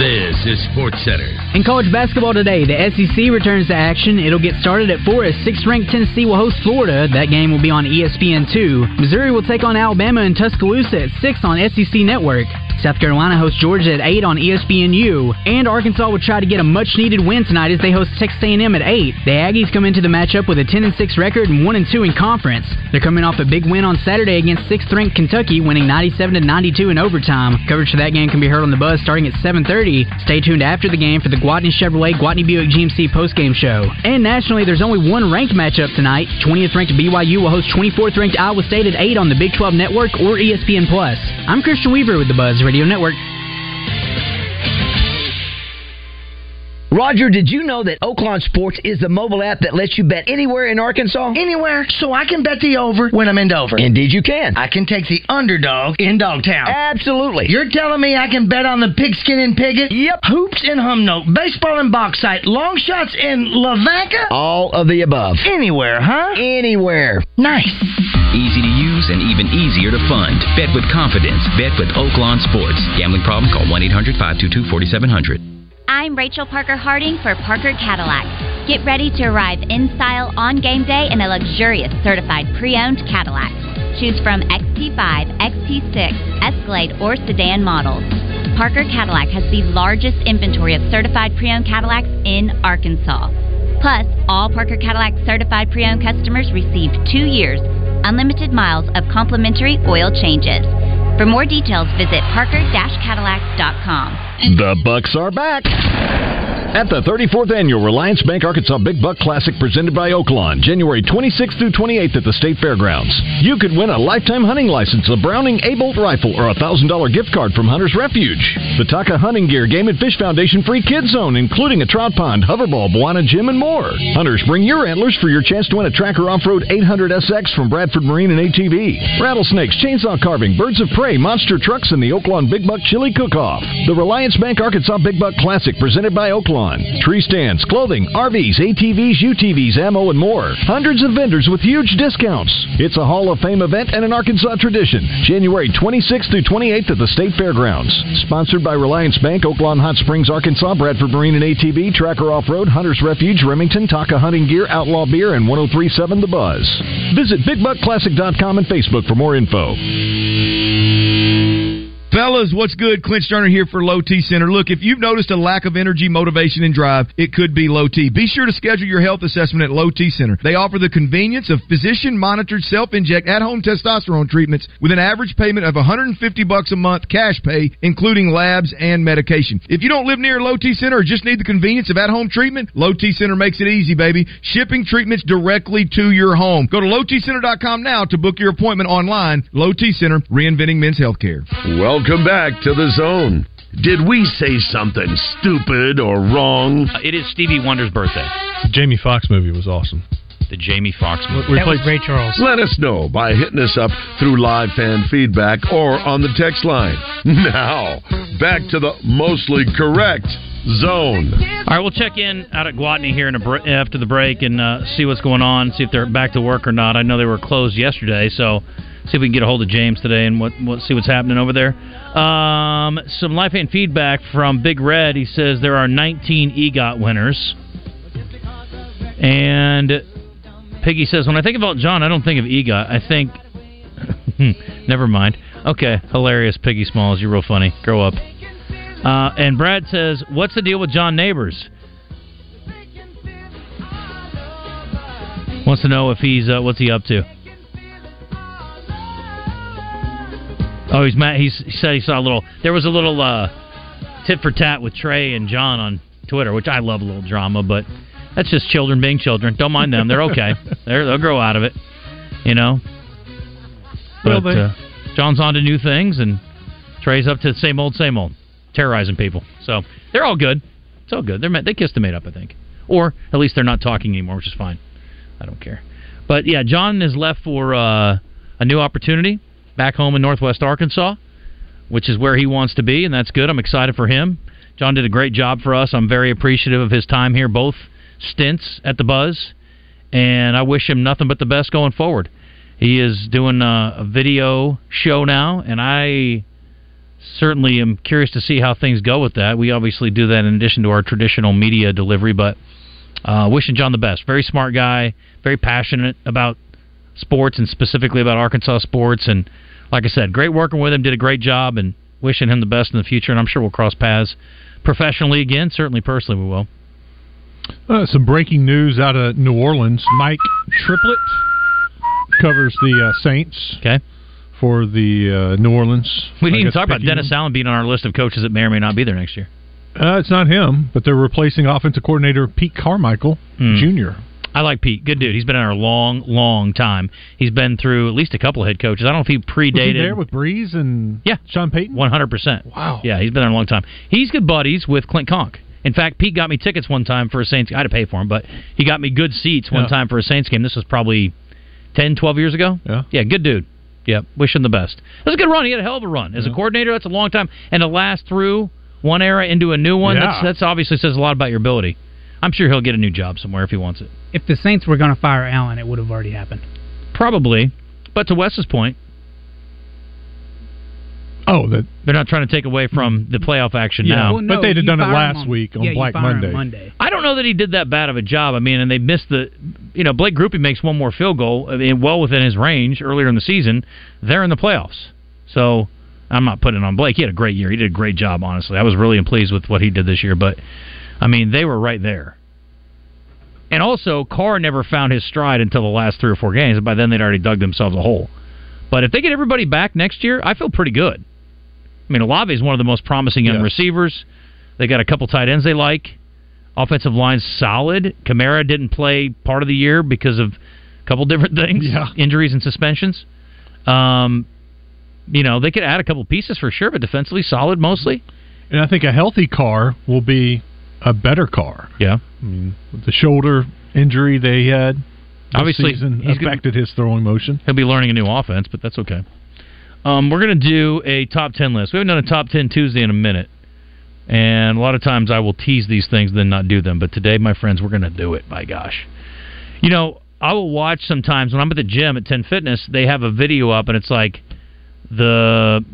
S14: This is Sports Center.
S15: In college basketball today, the SEC returns to action. It'll get started at 4 as 6th ranked Tennessee will host Florida. That game will be on E ESPN2. Missouri will take on Alabama in Tuscaloosa at 6 on SEC Network. South Carolina hosts Georgia at 8 on E ESPNU. And Arkansas will try to get a much needed win tonight as they host Texas A&M at 8. The Aggies come into the matchup with a 10 and 6 record and 1 and 2 in conference. They're coming off a big win on Saturday against 6th ranked Kentucky, winning 97 to 92 in overtime. Coverage for that game can be heard on the buzz starting at 7:30. Stay tuned after the game for the Guadney Chevrolet Guadney Buick GMC postgame show. And nationally, there's only one ranked matchup tonight. 20th ranked BYU will host 24th ranked Iowa State at 8 on the Big 12 Network or E ESPN Plus. I'm Christian Weaver with the Buzz Radio Network.
S16: Roger, did you know that Oaklawn Sports is the mobile app that lets you bet anywhere in Arkansas?
S17: Anywhere, so I can bet the over when I'm in Dover.
S16: Indeed, you can.
S17: I can take the underdog in Dogtown.
S16: Absolutely.
S17: You're telling me I can bet on the pigskin and pigot?
S16: Yep.
S17: Hoops and humnote, baseball and bauxite, long shots in Lavaca?
S16: All of the above.
S17: Anywhere, huh?
S16: Anywhere.
S17: Nice.
S14: Easy to use and even easier to fund. Bet with confidence. Bet with Oaklawn Sports. Gambling problem? Call 1 800 522 4700.
S18: I'm Rachel Parker Harding for Parker Cadillac. Get ready to arrive in style on game day in a luxurious certified pre owned Cadillac. Choose from XT5, XT6, Escalade, or sedan models. Parker Cadillac has the largest inventory of certified pre owned Cadillacs in Arkansas. Plus, all Parker Cadillac certified pre owned customers receive two years, unlimited miles of complimentary oil changes. For more details, visit parker cadillac.com.
S5: The Bucks are back. At the 34th Annual Reliance Bank Arkansas Big Buck Classic presented by Oaklawn, January 26th through 28th at the State Fairgrounds. You could win a lifetime hunting license, a Browning A-Bolt rifle, or a $1,000 gift card from Hunter's Refuge. The Taka Hunting Gear Game and Fish Foundation free kids zone, including a trout pond, hoverball, Buana gym, and more. Hunters, bring your antlers for your chance to win a Tracker Off-Road 800 SX from Bradford Marine and ATV. Rattlesnakes, chainsaw carving, birds of prey, monster trucks, and the Oaklawn Big Buck Chili Cook-Off. The Reliance Bank Arkansas Big Buck Classic presented by Oaklawn. Tree stands, clothing, RVs, ATVs, UTVs, ammo, and more. Hundreds of vendors with huge discounts. It's a Hall of Fame event and an Arkansas tradition. January 26th through 28th at the State Fairgrounds. Sponsored by Reliance Bank, Oaklawn Hot Springs, Arkansas, Bradford Marine and ATV, Tracker Off-Road, Hunter's Refuge, Remington, Taka Hunting Gear, Outlaw Beer, and 1037 The Buzz. Visit BigBuckClassic.com and Facebook for more info.
S19: Fellas, what's good? Clint Sterner here for Low T Center. Look, if you've noticed a lack of energy, motivation, and drive, it could be Low T. Be sure to schedule your health assessment at Low T Center. They offer the convenience of physician-monitored self-inject at-home testosterone treatments with an average payment of 150 bucks a month cash pay, including labs and medication. If you don't live near a Low T Center or just need the convenience of at-home treatment, Low T Center makes it easy, baby. Shipping treatments directly to your home. Go to lowtcenter.com now to book your appointment online. Low T Center, reinventing men's healthcare.
S2: Welcome back to the zone. Did we say something stupid or wrong?
S6: Uh, It is Stevie Wonder's birthday.
S7: Jamie Foxx movie was awesome.
S6: The Jamie Foxx movie.
S2: That was Ray
S11: Charles.
S2: Let us know by hitting us up through live fan feedback or on the text line. Now, back to the mostly correct zone.
S6: All right, we'll check in out at Guatney here in a br- after the break and uh, see what's going on, see if they're back to work or not. I know they were closed yesterday, so see if we can get a hold of James today and what, what see what's happening over there. Um, some life and feedback from Big Red. He says there are 19 EGOT winners, and Piggy says when I think about John, I don't think of EGOT. I think Hmm, never mind. Okay, hilarious, Piggy Smalls. You're real funny. Grow up. Uh, and Brad says, "What's the deal with John Neighbors?" Wants to know if he's uh, what's he up to. Oh, he's mad. He's, he said he saw a little. There was a little uh, tit for tat with Trey and John on Twitter, which I love a little drama, but that's just children being children. Don't mind them; they're okay. they're, they'll grow out of it, you know.
S1: Will
S6: But
S1: they?
S6: uh, John's on to new things, and Trey's up to the same old, same old, terrorizing people. So they're all good. It's all good. They're ma- they kissed and made up, I think, or at least they're not talking anymore, which is fine. I don't care. But yeah, John is left for uh, a new opportunity back home in Northwest Arkansas, which is where he wants to be, and that's good. I'm excited for him. John did a great job for us. I'm very appreciative of his time here, both stints at the Buzz, and I wish him nothing but the best going forward. He is doing a, a video show now, and I certainly am curious to see how things go with that. We obviously do that in addition to our traditional media delivery, but uh, wishing John the best. Very smart guy, very passionate about sports and specifically about Arkansas sports. And like I said, great working with him, did a great job, and wishing him the best in the future. And I'm sure we'll cross paths professionally again. Certainly, personally, we will.
S7: Uh, some breaking news out of New Orleans. Mike Triplett covers the uh, Saints.
S6: Okay.
S7: For the uh, New Orleans.
S6: We didn't
S7: I
S6: even
S7: guess
S6: talk about
S7: picking-
S6: Dennis Allen being on our list of coaches that may or may not be there next year.
S7: Uh, it's not him, but they're replacing offensive coordinator Pete Carmichael
S6: Hmm.
S7: Jr.
S6: I like Pete. Good dude. He's been in our long, long time. He's been through at least a couple of head coaches. I don't know if he
S7: Was he
S6: predated.
S7: there with Breeze and
S6: yeah,
S7: Sean Payton.
S6: One hundred percent. Wow. Yeah, he's been there a long time. He's good buddies with Clint Conk. In fact, Pete got me tickets one time for a Saints. I had to pay for him, but he got me good seats one
S7: Yeah.
S6: time for a Saints game. This was probably 10, 12 years ago.
S7: Yeah.
S6: Yeah. Good dude. Yeah. Wish him the best. That's a good run. He had a hell of a run as a coordinator. That's a long time, and to last through one era into a new one.
S11: Yeah.
S6: That's that's obviously says a lot about your ability. I'm sure he'll get a new job somewhere if he wants it.
S11: If the Saints were going to fire Allen, it would have already happened.
S6: Probably. But to Wes's point,
S7: oh, that
S6: they're not trying to take away from the playoff action
S7: Yeah,
S6: now.
S7: well, no, But they'd have you done it fire him last on- week on yeah, you Black fire him Monday. Monday.
S6: I don't know that he did that bad of a job. I mean, and they missed the, you know, Blake Groupie makes one more field goal, I mean, well within his range earlier in the season. They're in the playoffs, so I'm not putting it on Blake. He had a great year. He did a great job. Honestly, I was really pleased with what he did this year. But I mean, they were right there. And also, Carr never found his stride until the last three or four games. And by then, they'd already dug themselves a hole. But if they get everybody back next year, I feel pretty good. I mean, Olave is one of the most promising young receivers. They got a couple tight ends they like. Offensive line's solid. Kamara didn't play part of the year because of a couple different things, injuries and suspensions. Um, you know, they could add a couple pieces for sure, but defensively solid mostly.
S7: And I think a healthy car will be a better car.
S6: Yeah.
S7: I mean, with the shoulder injury they had this
S6: Obviously,
S7: season
S6: he's gonna-
S7: affected his throwing motion.
S6: He'll be learning a new offense, but that's okay. Um, we're going to do a top 10 list. We haven't done a top 10 Tuesday in a minute. And a lot of times I will tease these things and then not do them. But today, my friends, we're going to do it. By gosh. You know, I will watch sometimes when I'm at the gym at 10 Fitness, they have a video up and it's like the,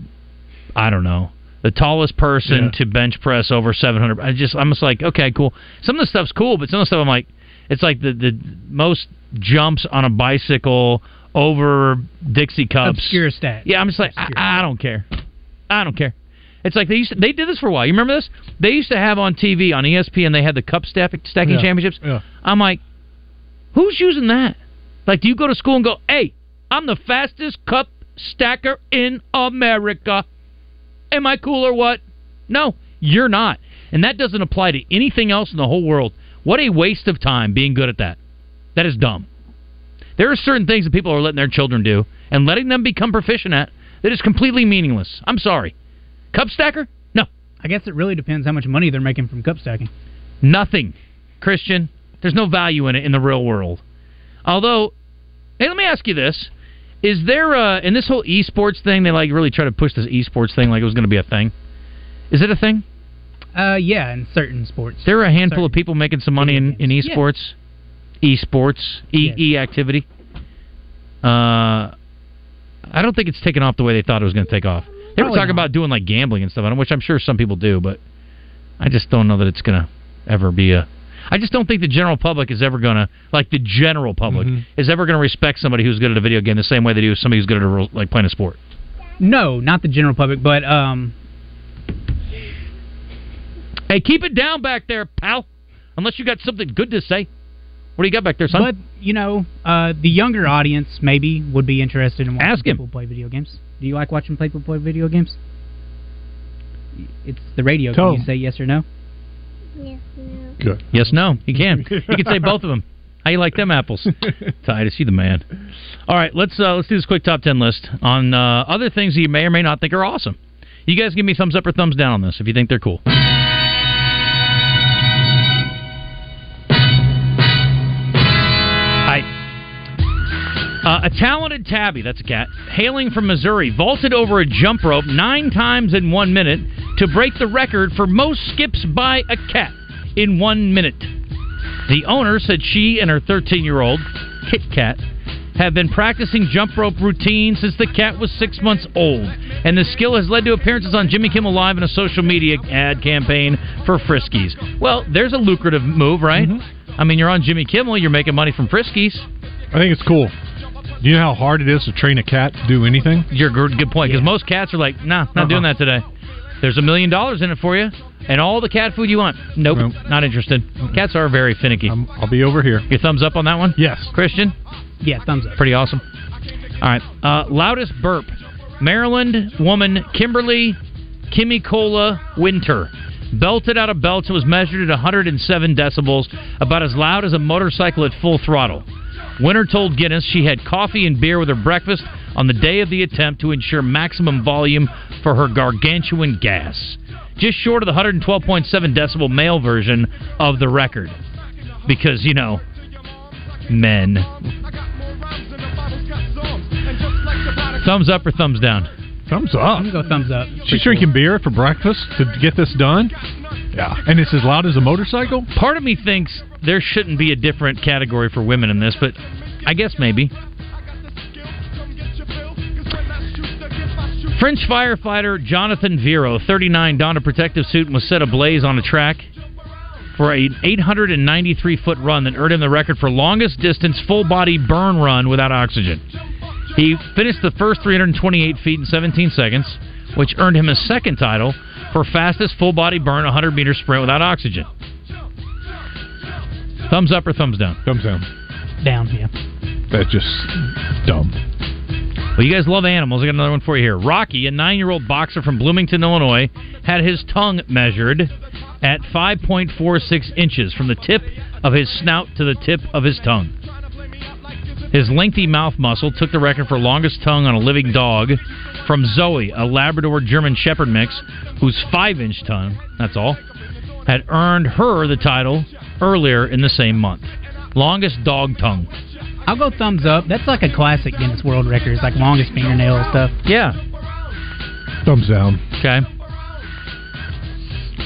S6: I don't know, the tallest person to bench press over 700. I just, I'm just like, okay, cool. Some of the stuff's cool, but some of the stuff I'm like, it's like the, the most jumps on a bicycle over Dixie cups.
S11: Obscure stat.
S6: Yeah, I'm just like, I, I don't care. I don't care. It's like they used to, they did this for a while. You remember this? They used to have on TV on E ESPN. They had the cup stack, stacking
S1: Yeah,
S6: championships.
S7: yeah.
S6: I'm like, who's using that? Like, do you go to school and go, hey, I'm the fastest cup stacker in America? Am I cool or what? No, you're not. And that doesn't apply to anything else in the whole world. What a waste of time being good at that. That is dumb. There are certain things that people are letting their children do and letting them become proficient at that is completely meaningless. I'm sorry. Cup stacker? No.
S11: I guess it really depends how much money they're making from cup stacking.
S6: Nothing. Christian, there's no value in it in the real world. Although, hey, let me ask you this. Is there uh in this whole esports thing, they like really try to push this esports thing like it was gonna be a thing. Is it a thing?
S11: Uh, yeah, in certain sports.
S6: There are a handful of people making some money in, in esports. Esports. E E activity. Uh I don't think it's taken off the way they thought it was going to take off. They were
S11: Probably
S6: talking about doing like gambling and stuff, and which I'm sure some people do, but I just don't know that it's going to ever be a. I just don't think the general public is ever going to like the general public
S11: Mm-hmm.
S6: is ever going to respect somebody who's good at a video game the same way they do somebody who's good at a, real- like playing a sport.
S11: No, not the general public, but um,
S6: Hey, keep it down back there, pal. Unless you got something good to say. What do you got back there, son?
S11: But you know, uh, the younger audience maybe would be interested in watching
S6: Ask him.
S11: people play video games. Do you like watching people play video games? It's the radio.
S6: Tell
S11: Can you
S6: him.
S11: say yes or no?
S6: Good. Yes, no. You can. You can say both of them. How you like them apples? Titus, you the man. All right, let's uh, let's do this quick top ten list on uh, other things that you may or may not think are awesome. You guys give me thumbs up or thumbs down on this if you think they're cool. Hi. Uh, a talented tabby, that's a cat, hailing from Missouri, vaulted over a jump rope nine times in one minute to break the record for most skips by a cat in one minute. The owner said she and her 13 year old, Kit Kat, have been practicing jump rope routines since the cat was six months old, and the skill has led to appearances on Jimmy Kimmel Live and a social media ad campaign for Friskies. Well, there's a lucrative move, right? I mean, you're on Jimmy Kimmel, you're making money from Friskies.
S7: I think it's cool. Do you know how hard it is to train a cat to do anything?
S6: You're good, good point because most cats are like, nah, not doing that today. There's a million dollars in it for you, and all the cat food you want. Nope, not interested. Cats are very finicky. I'll be over here. Your thumbs up on that one? Yes. Christian?
S11: Yeah, thumbs up.
S6: Pretty awesome. All right. Uh, loudest burp. Maryland woman Kimberly Kimmy Cola Winter belted out a belt and was measured at 107 decibels, about as loud as a motorcycle at full throttle. Winter told Guinness she had coffee and beer with her breakfast on the day of the attempt to ensure maximum volume for her gargantuan gas, just short of the 112.7 decibel male version of the record. Because, you know, men. Thumbs up or thumbs down?
S7: Thumbs up. I'm
S11: go thumbs up.
S7: She's drinking beer for breakfast to get this done. Yeah. And it's as loud as a motorcycle.
S6: Part of me thinks there shouldn't be a different category for women in this, but I guess maybe. French firefighter Jonathan Vero, 39, donned a protective suit and was set ablaze on a track for an 893 foot run that earned him the record for longest distance full body burn run without oxygen. He finished the first 328 feet in 17 seconds, which earned him his second title for fastest full body burn 100 meter sprint without oxygen. Thumbs up or thumbs down?
S7: Thumbs down.
S11: Down. Yeah.
S7: That's just dumb.
S6: Well, you guys love animals. I got another one for you here. Rocky, a nine year old boxer from Bloomington, Illinois, had his tongue measured at 5.46 inches from the tip of his snout to the tip of his tongue. His lengthy mouth muscle took the record for longest tongue on a living dog from Zoe, a Labrador German Shepherd mix, whose five inch tongue, that's all, had earned her the title earlier in the same month. Longest dog tongue.
S11: I'll go thumbs up. That's like a classic Guinness World Records, like longest fingernail and stuff.
S6: Yeah.
S7: Thumbs down.
S6: Okay.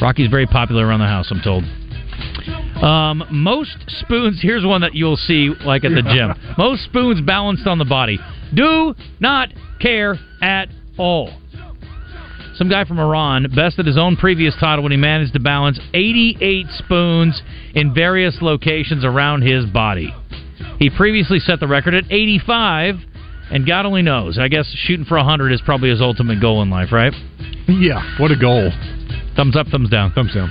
S6: Rocky's very popular around the house, I'm told. Um, most spoons. Here's one that you'll see like at the gym. Most spoons balanced on the body. Do not care at all. Some guy from Iran bested his own previous title when he managed to balance 88 spoons in various locations around his body. He previously set the record at 85, and God only knows. I guess shooting for 100 is probably his ultimate goal in life, right?
S7: Yeah. What a goal.
S6: Thumbs up, thumbs down.
S7: Thumbs down.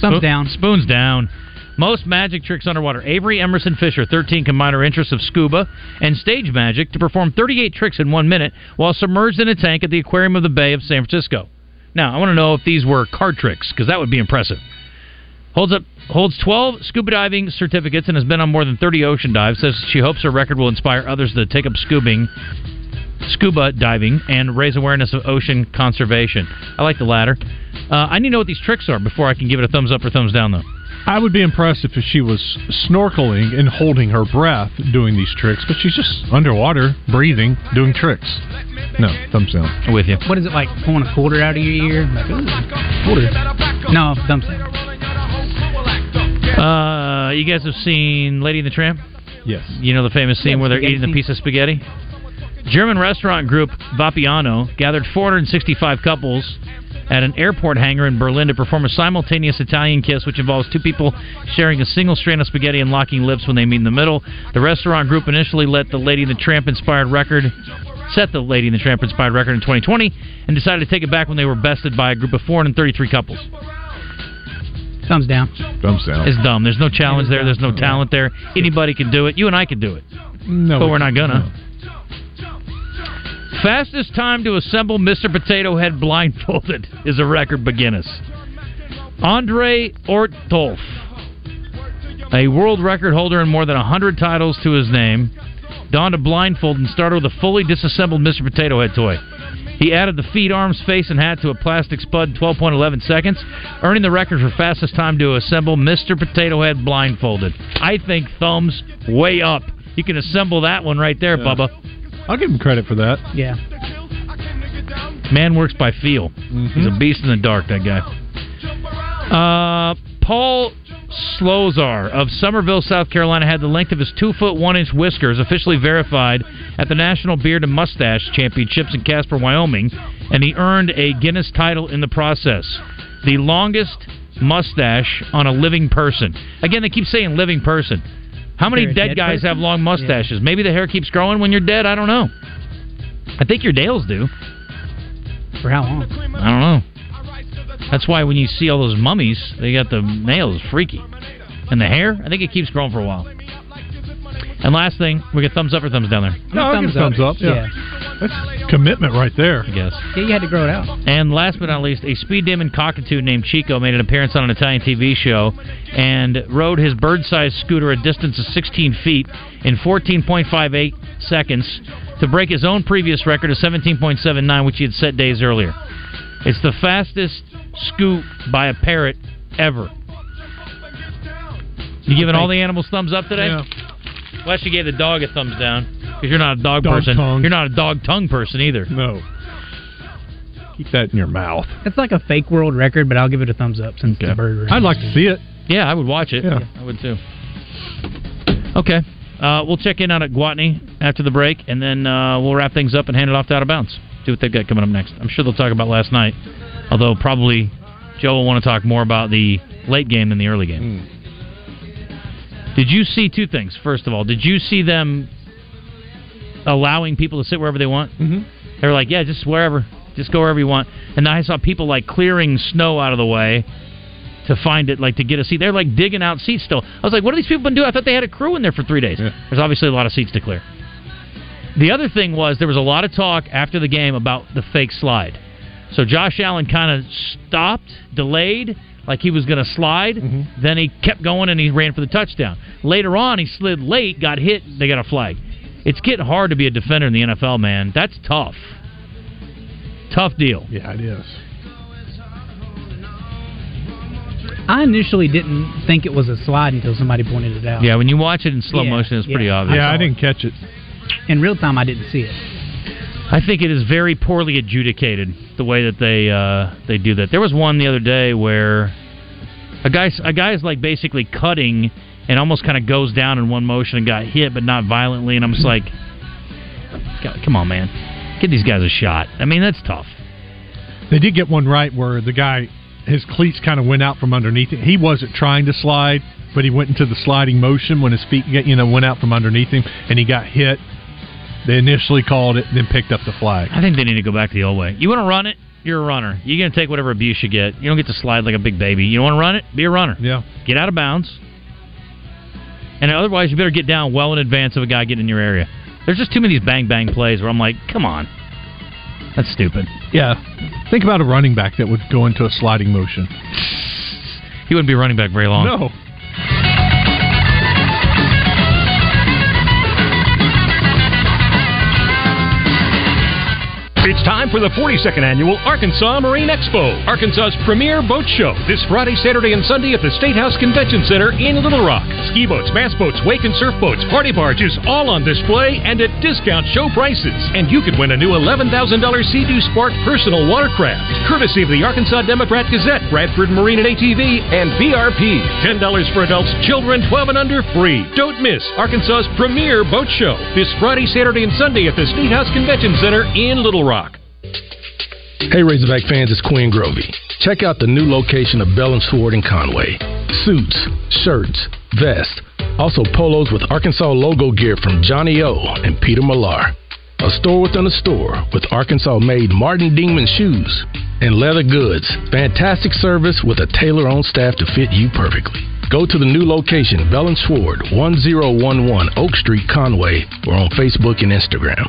S11: Thumbs
S6: Spo-
S11: down.
S6: Spoons down. Most magic tricks underwater. Avery Emerson Fisher, 13, combined her interests of scuba and stage magic to perform 38 tricks in one minute while submerged in a tank at the Aquarium of the Bay of San Francisco. Now, I want to know if these were card tricks, because that would be impressive. Holds up holds 12 scuba diving certificates and has been on more than 30 ocean dives. Says she hopes her record will inspire others to take up scubing, scuba diving, and raise awareness of ocean conservation. I like the latter. Uh, I need to know what these tricks are before I can give it a thumbs up or thumbs down, though.
S7: I would be impressed if she was snorkeling and holding her breath doing these tricks, but she's just underwater, breathing, doing tricks. No, thumbs down.
S6: With you.
S11: What is it like pulling a quarter out of your ear? Like, ooh. Quarter. No, thumbs down.
S6: Uh, you guys have seen Lady and the Tramp?
S7: Yes.
S6: You know the famous scene
S7: Yeah,
S6: where they're
S7: spaghetti
S6: eating the
S7: scene.
S6: piece of spaghetti? German restaurant group Vapiano gathered 465 couples at an airport hangar in Berlin to perform a simultaneous Italian kiss, which involves two people sharing a single strand of spaghetti and locking lips when they meet in the middle. The restaurant group initially let the Lady and the Tramp inspired record set the Lady and the Tramp inspired record in 2020 and decided to take it back when they were bested by a group of 433 couples.
S11: Thumbs down.
S8: Thumbs down.
S6: It's dumb. There's no challenge there. There's no talent there. Anybody can do it. You and I can do it.
S7: No,
S6: but we're not gonna. Fastest time to assemble Mr. Potato Head blindfolded is a record by Guinness. Andre Ortolf, a world record holder and more than 100 titles to his name, donned a blindfold and started with a fully disassembled Mr. Potato Head toy. He added the feet, arms, face, and hat to a plastic spud in 12.11 seconds, earning the record for fastest time to assemble Mr. Potato Head blindfolded. I think thumbs way up. You can assemble that one right there, Bubba.
S7: I'll give him credit for that.
S11: Yeah.
S6: Man works by feel. He's
S11: Mm-hmm.
S6: a beast in the dark, that guy. Uh, Paul Slozar of Somerville, South Carolina, had the length of his two foot one inch whiskers officially verified at the National Beard and Mustache Championships in Casper, Wyoming, and he earned a Guinness title in the process. The longest mustache on a living person. Again, they keep saying living person. How many
S11: They're a
S6: dead,
S11: dead
S6: guys
S11: person?
S6: have long mustaches? Maybe the hair keeps growing when you're dead. I don't know. I think your Dales do.
S11: For how long?
S6: I don't know. That's why when you see all those mummies, they got the nails freaky. And the hair, I think it keeps growing for a while. And last thing, we get thumbs up or thumbs down there?
S7: No, I'll give thumbs up. Yeah. That's commitment right there.
S6: I guess.
S11: Yeah, you had to grow it out.
S6: And last but not least, a speed demon cockatoo named Chico made an appearance on an Italian TV show and rode his bird sized scooter a distance of 16 feet in 14.58 seconds to break his own previous record of 17.79, which he had set days earlier. It's the fastest scoot by a parrot ever. You giving all the animals thumbs up today? Well, you gave the dog a thumbs down because you're not a dog,
S7: Dog
S6: person.
S7: tongue.
S6: You're not a dog tongue person either.
S7: No. Keep that in your mouth.
S11: It's like a fake world record, but I'll give it a thumbs up since it's a bird.
S7: I'd like to see it.
S6: Yeah, I would watch it.
S7: Yeah.
S6: I would too. Okay. Uh, we'll check in out at Guatney after the break, and then uh, we'll wrap things up and hand it off to Out of Bounds. See what they've got coming up next. I'm sure they'll talk about last night, although probably Joe will want to talk more about the late game than the early game. Did you see two things? First of all, did you see them allowing people to sit wherever they want? Mm-hmm. They were like, yeah, just wherever. Just go wherever you want. And I saw people like clearing snow out of the way to find it, like to get a seat. They're like digging out seats still. I was like, what have these people been doing? I thought they had a crew in there for three days. There's obviously a lot of seats to clear. The other thing was there was a lot of talk after the game about the fake slide. So Josh Allen kind of stopped, delayed, like he was going to slide.
S7: Mm-hmm.
S6: Then he kept going and he ran for the touchdown. Later on, he slid late, got hit, they got a flag. It's getting hard to be a defender in the NFL, man. That's tough. Tough deal.
S7: Yeah, it is.
S11: I initially didn't think it was a slide until somebody pointed it out.
S6: Yeah, when you watch it in slow
S11: Yeah,
S6: motion, it's pretty
S11: yeah.
S6: obvious.
S11: Yeah, I
S7: didn't catch it.
S11: In real time, I didn't see it.
S6: I think it is very poorly adjudicated the way that they uh, they do that. There was one the other day where a guy a guy is like basically cutting and almost kind of goes down in one motion and got hit, but not violently. And I'm just like, God, come on, man, give these guys a shot. I mean, that's tough.
S7: They did get one right where the guy, his cleats kind of went out from underneath it. He wasn't trying to slide, but he went into the sliding motion when his feet, get, you know, went out from underneath him, and he got hit. They initially called it, then picked up the flag.
S6: I think they need to go back to the old way. You want to run it? You're a runner. You're going to take whatever abuse you get. You don't get to slide like a big baby. You want to run it? Be a runner.
S7: Yeah.
S6: Get out of bounds. And otherwise, you better get down well in advance of a guy getting in your area. There's just too many of these bang bang plays where I'm like, come on. That's stupid.
S7: Yeah. Think about a running back that would go into a sliding motion.
S6: He wouldn't be running back very long.
S7: No.
S20: It's time for the 42nd annual Arkansas Marine Expo, Arkansas's premier boat show. This Friday, Saturday, and Sunday at the State House Convention Center in Little Rock. Ski boats, bass boats, wake and surf boats, party barges, all on display and at discount show prices. And you could win a new $11,000 Sea-Doo Spark personal watercraft, courtesy of the Arkansas Democrat Gazette, Bradford Marine and ATV, and BRP. $10 for adults, children 12 and under free. Don't miss Arkansas's premier boat show this Friday, Saturday, and Sunday at the State House Convention Center in Little Rock.
S21: Hey Razorback fans, it's Quinn Grovey. Check out the new location of Bell and Sword in Conway. Suits, shirts, vests, also polos with Arkansas logo gear from Johnny O and Peter Millar. a store within a store with Arkansas made Martin Dingman shoes and leather goods. Fantastic service with a tailor on staff to fit you perfectly. Go to the new location, Bell and Sword, 1011 Oak Street, Conway, or on Facebook and Instagram.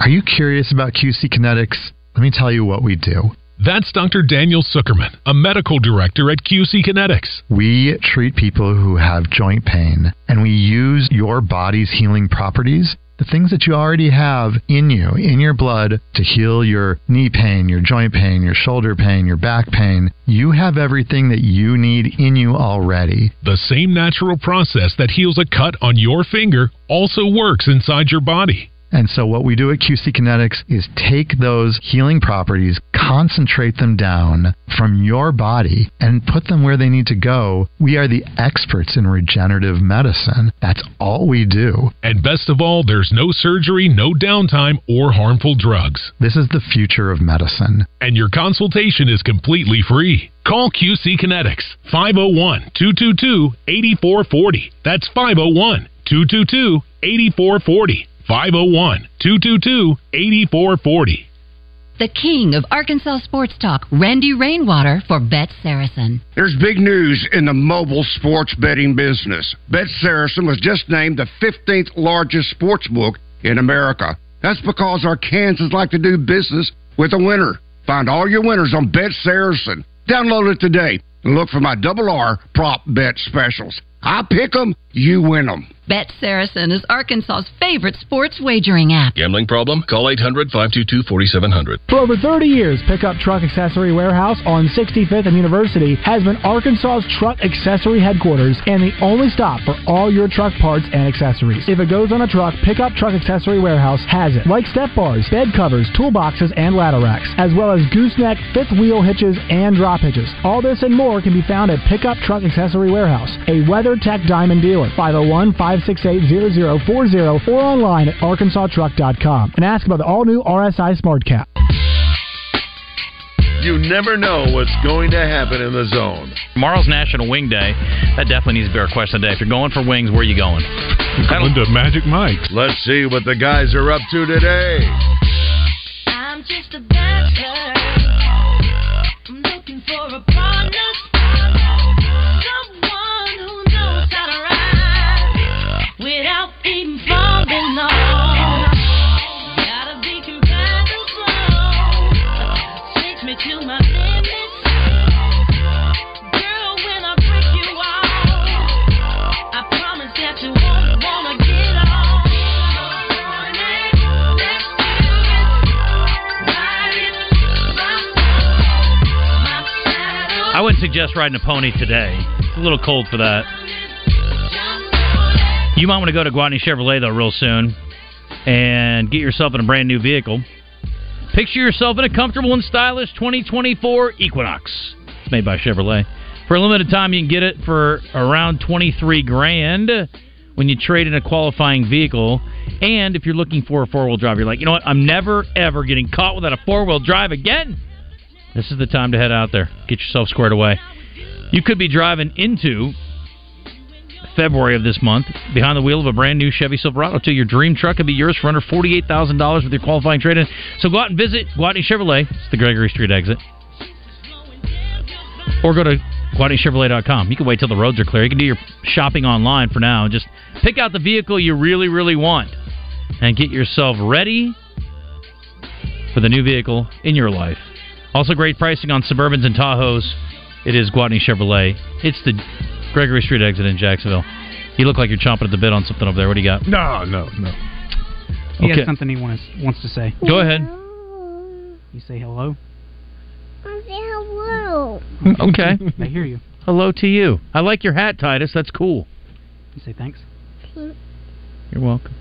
S22: Are you curious about QC Kinetics? Let me tell you what we do.
S23: That's Dr. Daniel Suckerman, a medical director at QC Kinetics.
S22: We treat people who have joint pain, and we use your body's healing properties, the things that you already have in you, in your blood, to heal your knee pain, your joint pain, your shoulder pain, your back pain. You have everything that you need in you already.
S23: The same natural process that heals a cut on your finger also works inside your body.
S22: And so, what we do at QC Kinetics is take those healing properties, concentrate them down from your body, and put them where they need to go. We are the experts in regenerative medicine. That's all we do.
S23: And best of all, there's no surgery, no downtime, or harmful drugs.
S22: This is the future of medicine.
S23: And your consultation is completely free. Call QC Kinetics 501 222 8440. oh. That's 501 222 8440. 501 222 8440.
S24: The king of Arkansas sports talk, Randy Rainwater for Bet Saracen.
S25: There's big news in the mobile sports betting business. Bet Saracen was just named the 15th largest sports book in America. That's because our Kansans like to do business with a winner. Find all your winners on Bet Saracen. Download it today and look for my double R prop bet specials. I pick 'em, you win 'em.
S24: Bet Saracen is Arkansas's favorite sports wagering app.
S26: Gambling problem? Call 800 522 4700.
S13: For over 30 years, Pickup Truck Accessory Warehouse on 65th and University has been Arkansas's truck accessory headquarters and the only stop for all your truck parts and accessories. If it goes on a truck, Pickup Truck Accessory Warehouse has it, like step bars, bed covers, toolboxes, and ladder racks, as well as gooseneck, fifth wheel hitches, and drop hitches. All this and more can be found at Pickup Truck Accessory Warehouse, a WeatherTech Diamond dealer, 501 568 0040, or online at arkansastruck.com and ask about the all new RSI Smart Cap.
S10: You never know what's going to happen in the zone.
S6: Tomorrow's National Wing Day. That definitely needs to be our question today. If you're going for wings, where are you going?
S10: Going to Magic Mike. Let's see what the guys are up to today.
S1: I'm just a bachelor. I'm looking for a partner. Someone who knows how to ride without even falling off. Gotta be compatible. Takes me to my limits. Girl, when I break you off, I promise that you won't wanna get off. Let's
S6: I wouldn't suggest riding a pony today. It's a little cold for that. You might want to go to Guadney Chevrolet though real soon and get yourself in a brand new vehicle. Picture yourself in a comfortable and stylish 2024 Equinox made by Chevrolet. For a limited time, you can get it for around 23 grand when you trade in a qualifying vehicle. And if you're looking for a four-wheel drive, you're like, you know what? I'm never ever getting caught without a four-wheel drive again. This is the time to head out there, get yourself squared away. You could be driving into February of this month behind the wheel of a brand new Chevy Silverado. To your dream truck could be yours for under forty-eight thousand dollars with your qualifying trade-in. So go out and visit Guadney Chevrolet. It's the Gregory Street exit, or go to GuadneyChevrolet.com. You can wait till the roads are clear. You can do your shopping online for now and just pick out the vehicle you really, really want and get yourself ready for the new vehicle in your life. Also, great pricing on Suburbans and Tahoes. It is Guadney Chevrolet. It's the Gregory Street exit in Jacksonville. You look like you're chomping at the bit on something over there. What do you got?
S7: No, no, no.
S11: He
S6: Okay.
S11: has something he wants wants to say.
S6: Go ahead.
S11: You say hello.
S1: hello.
S6: Okay.
S11: They hear you.
S6: Hello to you. I like your hat, Titus. That's cool.
S11: You say thanks.
S6: You're welcome.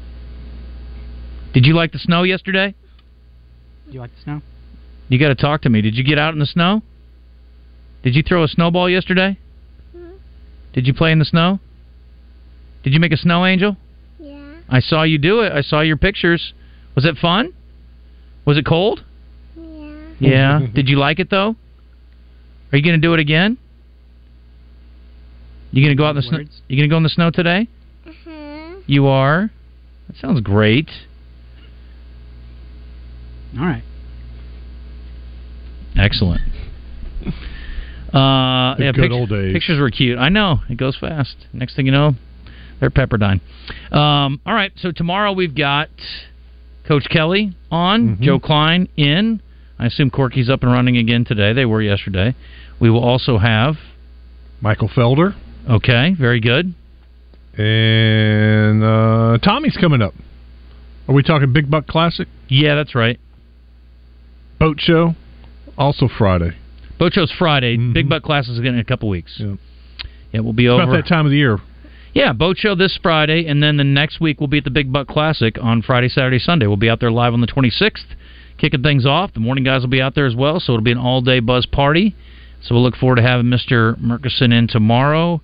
S6: Did you like the snow yesterday?
S11: Do you like the snow?
S6: You got to talk to me. Did you get out in the snow? Did you throw a snowball yesterday? Did you play in the snow? Did you make a snow angel? Yeah. I saw you do it. I saw your pictures. Was it fun? Was it cold? Yeah. Yeah. Did you like it though? Are you going to do it again? You going to go out in the snow? You going to go in the snow today? You are. That sounds great.
S11: All right.
S6: Excellent. Uh,
S7: The
S6: yeah,
S7: good
S6: pict-
S7: old days.
S6: Pictures were cute. I know it goes fast. Next thing you know, they're Pepperdine. Um, all right, so tomorrow we've got Coach Kelly on,
S7: Mm-hmm.
S6: Joe Klein in. I assume Corky's up and running again today. They were yesterday. We will also have
S7: Michael Felder.
S6: Okay, very good.
S7: And uh, Tommy's coming up. Are we talking Big Buck Classic?
S6: Yeah, that's right.
S7: Boat Show, also Friday.
S6: Boat Show's Friday. Big Buck Class is again in a couple weeks. Yeah, it will be
S7: Mm-hmm. It's
S6: over
S7: about that time of the year.
S6: Yeah, boat show this Friday, and then the next week we'll be at the Big Buck Classic on Friday, Saturday, Sunday. We'll be out there live on the 26th, kicking things off. The morning guys will be out there as well, so it'll be an all-day buzz party. So we'll look forward to having Mr. Murkison in tomorrow,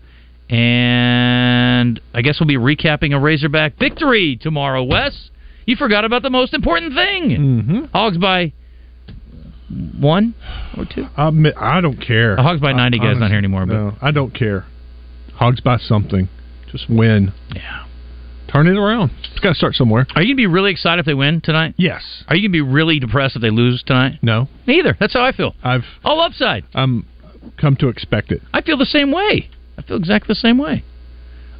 S6: and I guess we'll be recapping a Razorback victory tomorrow. Wes, you forgot about the most important thing. Mm-hmm. Hogs by one or two.
S7: I, admit- I don't care.
S6: The Hogs by 90
S7: I-
S6: guy's not
S7: honestly,
S6: here anymore, but-
S7: No, I don't care. Hogs by something. Just win.
S6: Yeah.
S7: Turn it around. It's got to start somewhere.
S6: Are you gonna be really excited if they win tonight?
S7: Yes.
S6: Are you gonna be really depressed if they lose tonight?
S7: No.
S6: Neither. That's how I feel.
S7: I've
S6: all upside.
S7: I'm come to expect it.
S6: I feel the same way. I feel exactly the same way.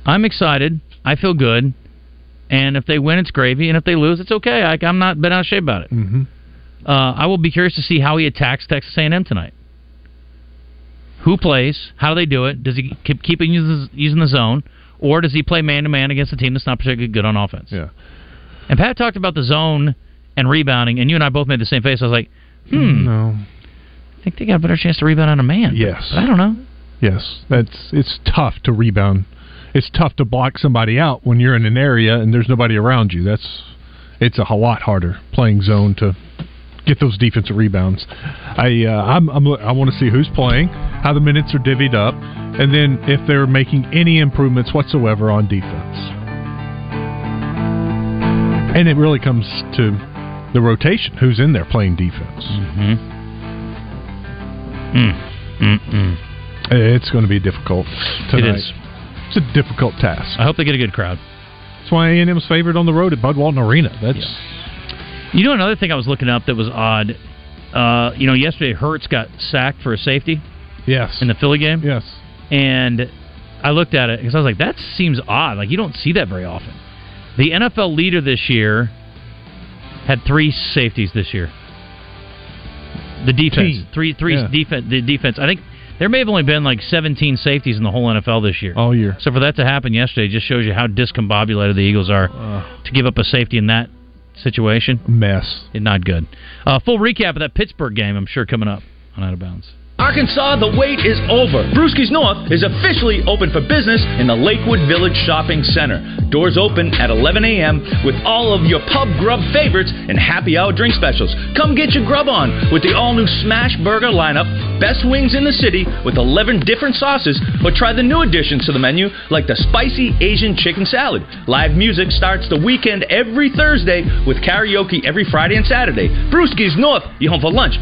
S6: I'm excited. I feel good. And if they win, it's gravy. And if they lose, it's okay. I, I'm not bent out of shape about it.
S7: Mm-hmm.
S6: Uh, I will be curious to see how he attacks Texas A&M tonight. Who plays? How do they do it? Does he keep, keep using, using the zone, or does he play man to man against a team that's not particularly good on offense?
S7: Yeah.
S6: And Pat talked about the zone and rebounding, and you and I both made the same face. I was like, hmm.
S7: No.
S6: I think they got a better chance to rebound on a man.
S7: Yes.
S6: But I don't know.
S7: Yes, that's it's tough to rebound. It's tough to block somebody out when you're in an area and there's nobody around you. That's it's a lot harder playing zone to get those defensive rebounds. I uh, I'm, I'm I want to see who's playing, how the minutes are divvied up, and then if they're making any improvements whatsoever on defense. And it really comes to the rotation. Who's in there playing defense?
S6: Mm-hmm. Hmm.
S7: It's going to be difficult. Tonight.
S6: It is.
S7: It's a difficult task.
S6: I hope they get a good crowd.
S7: That's why A&M's favored on the road at Bud Walton Arena. That's
S6: You know, another thing I was looking up that was odd. Uh, you know, yesterday Hertz got sacked for a safety.
S7: Yes.
S6: In the Philly game.
S7: Yes.
S6: And I looked at it because I was like, that seems odd. Like you don't see that very often. The NFL leader this year had three safeties this year. The defense,
S7: Team.
S6: three, three
S7: Yeah.
S6: defense. The defense. I think there may have only been like 17 safeties in the whole NFL this year.
S7: All year.
S6: So for that to happen yesterday just shows you how discombobulated the Eagles are
S7: Uh.
S6: to give up a safety in that situation.
S7: Mess.
S6: Not good. Uh, full recap of that Pittsburgh game, I'm sure, coming up on Out of Bounds.
S27: Arkansas, the wait is over. Brewski's North is officially open for business in the Lakewood Village Shopping Center. Doors open at 11 a.m. with all of your pub grub favorites and happy hour drink specials. Come get your grub on with the all new Smash Burger lineup, best wings in the city with 11 different sauces, or try the new additions to the menu like the spicy Asian chicken salad. Live music starts the weekend every Thursday with karaoke every Friday and Saturday. Brewski's North, you home for lunch.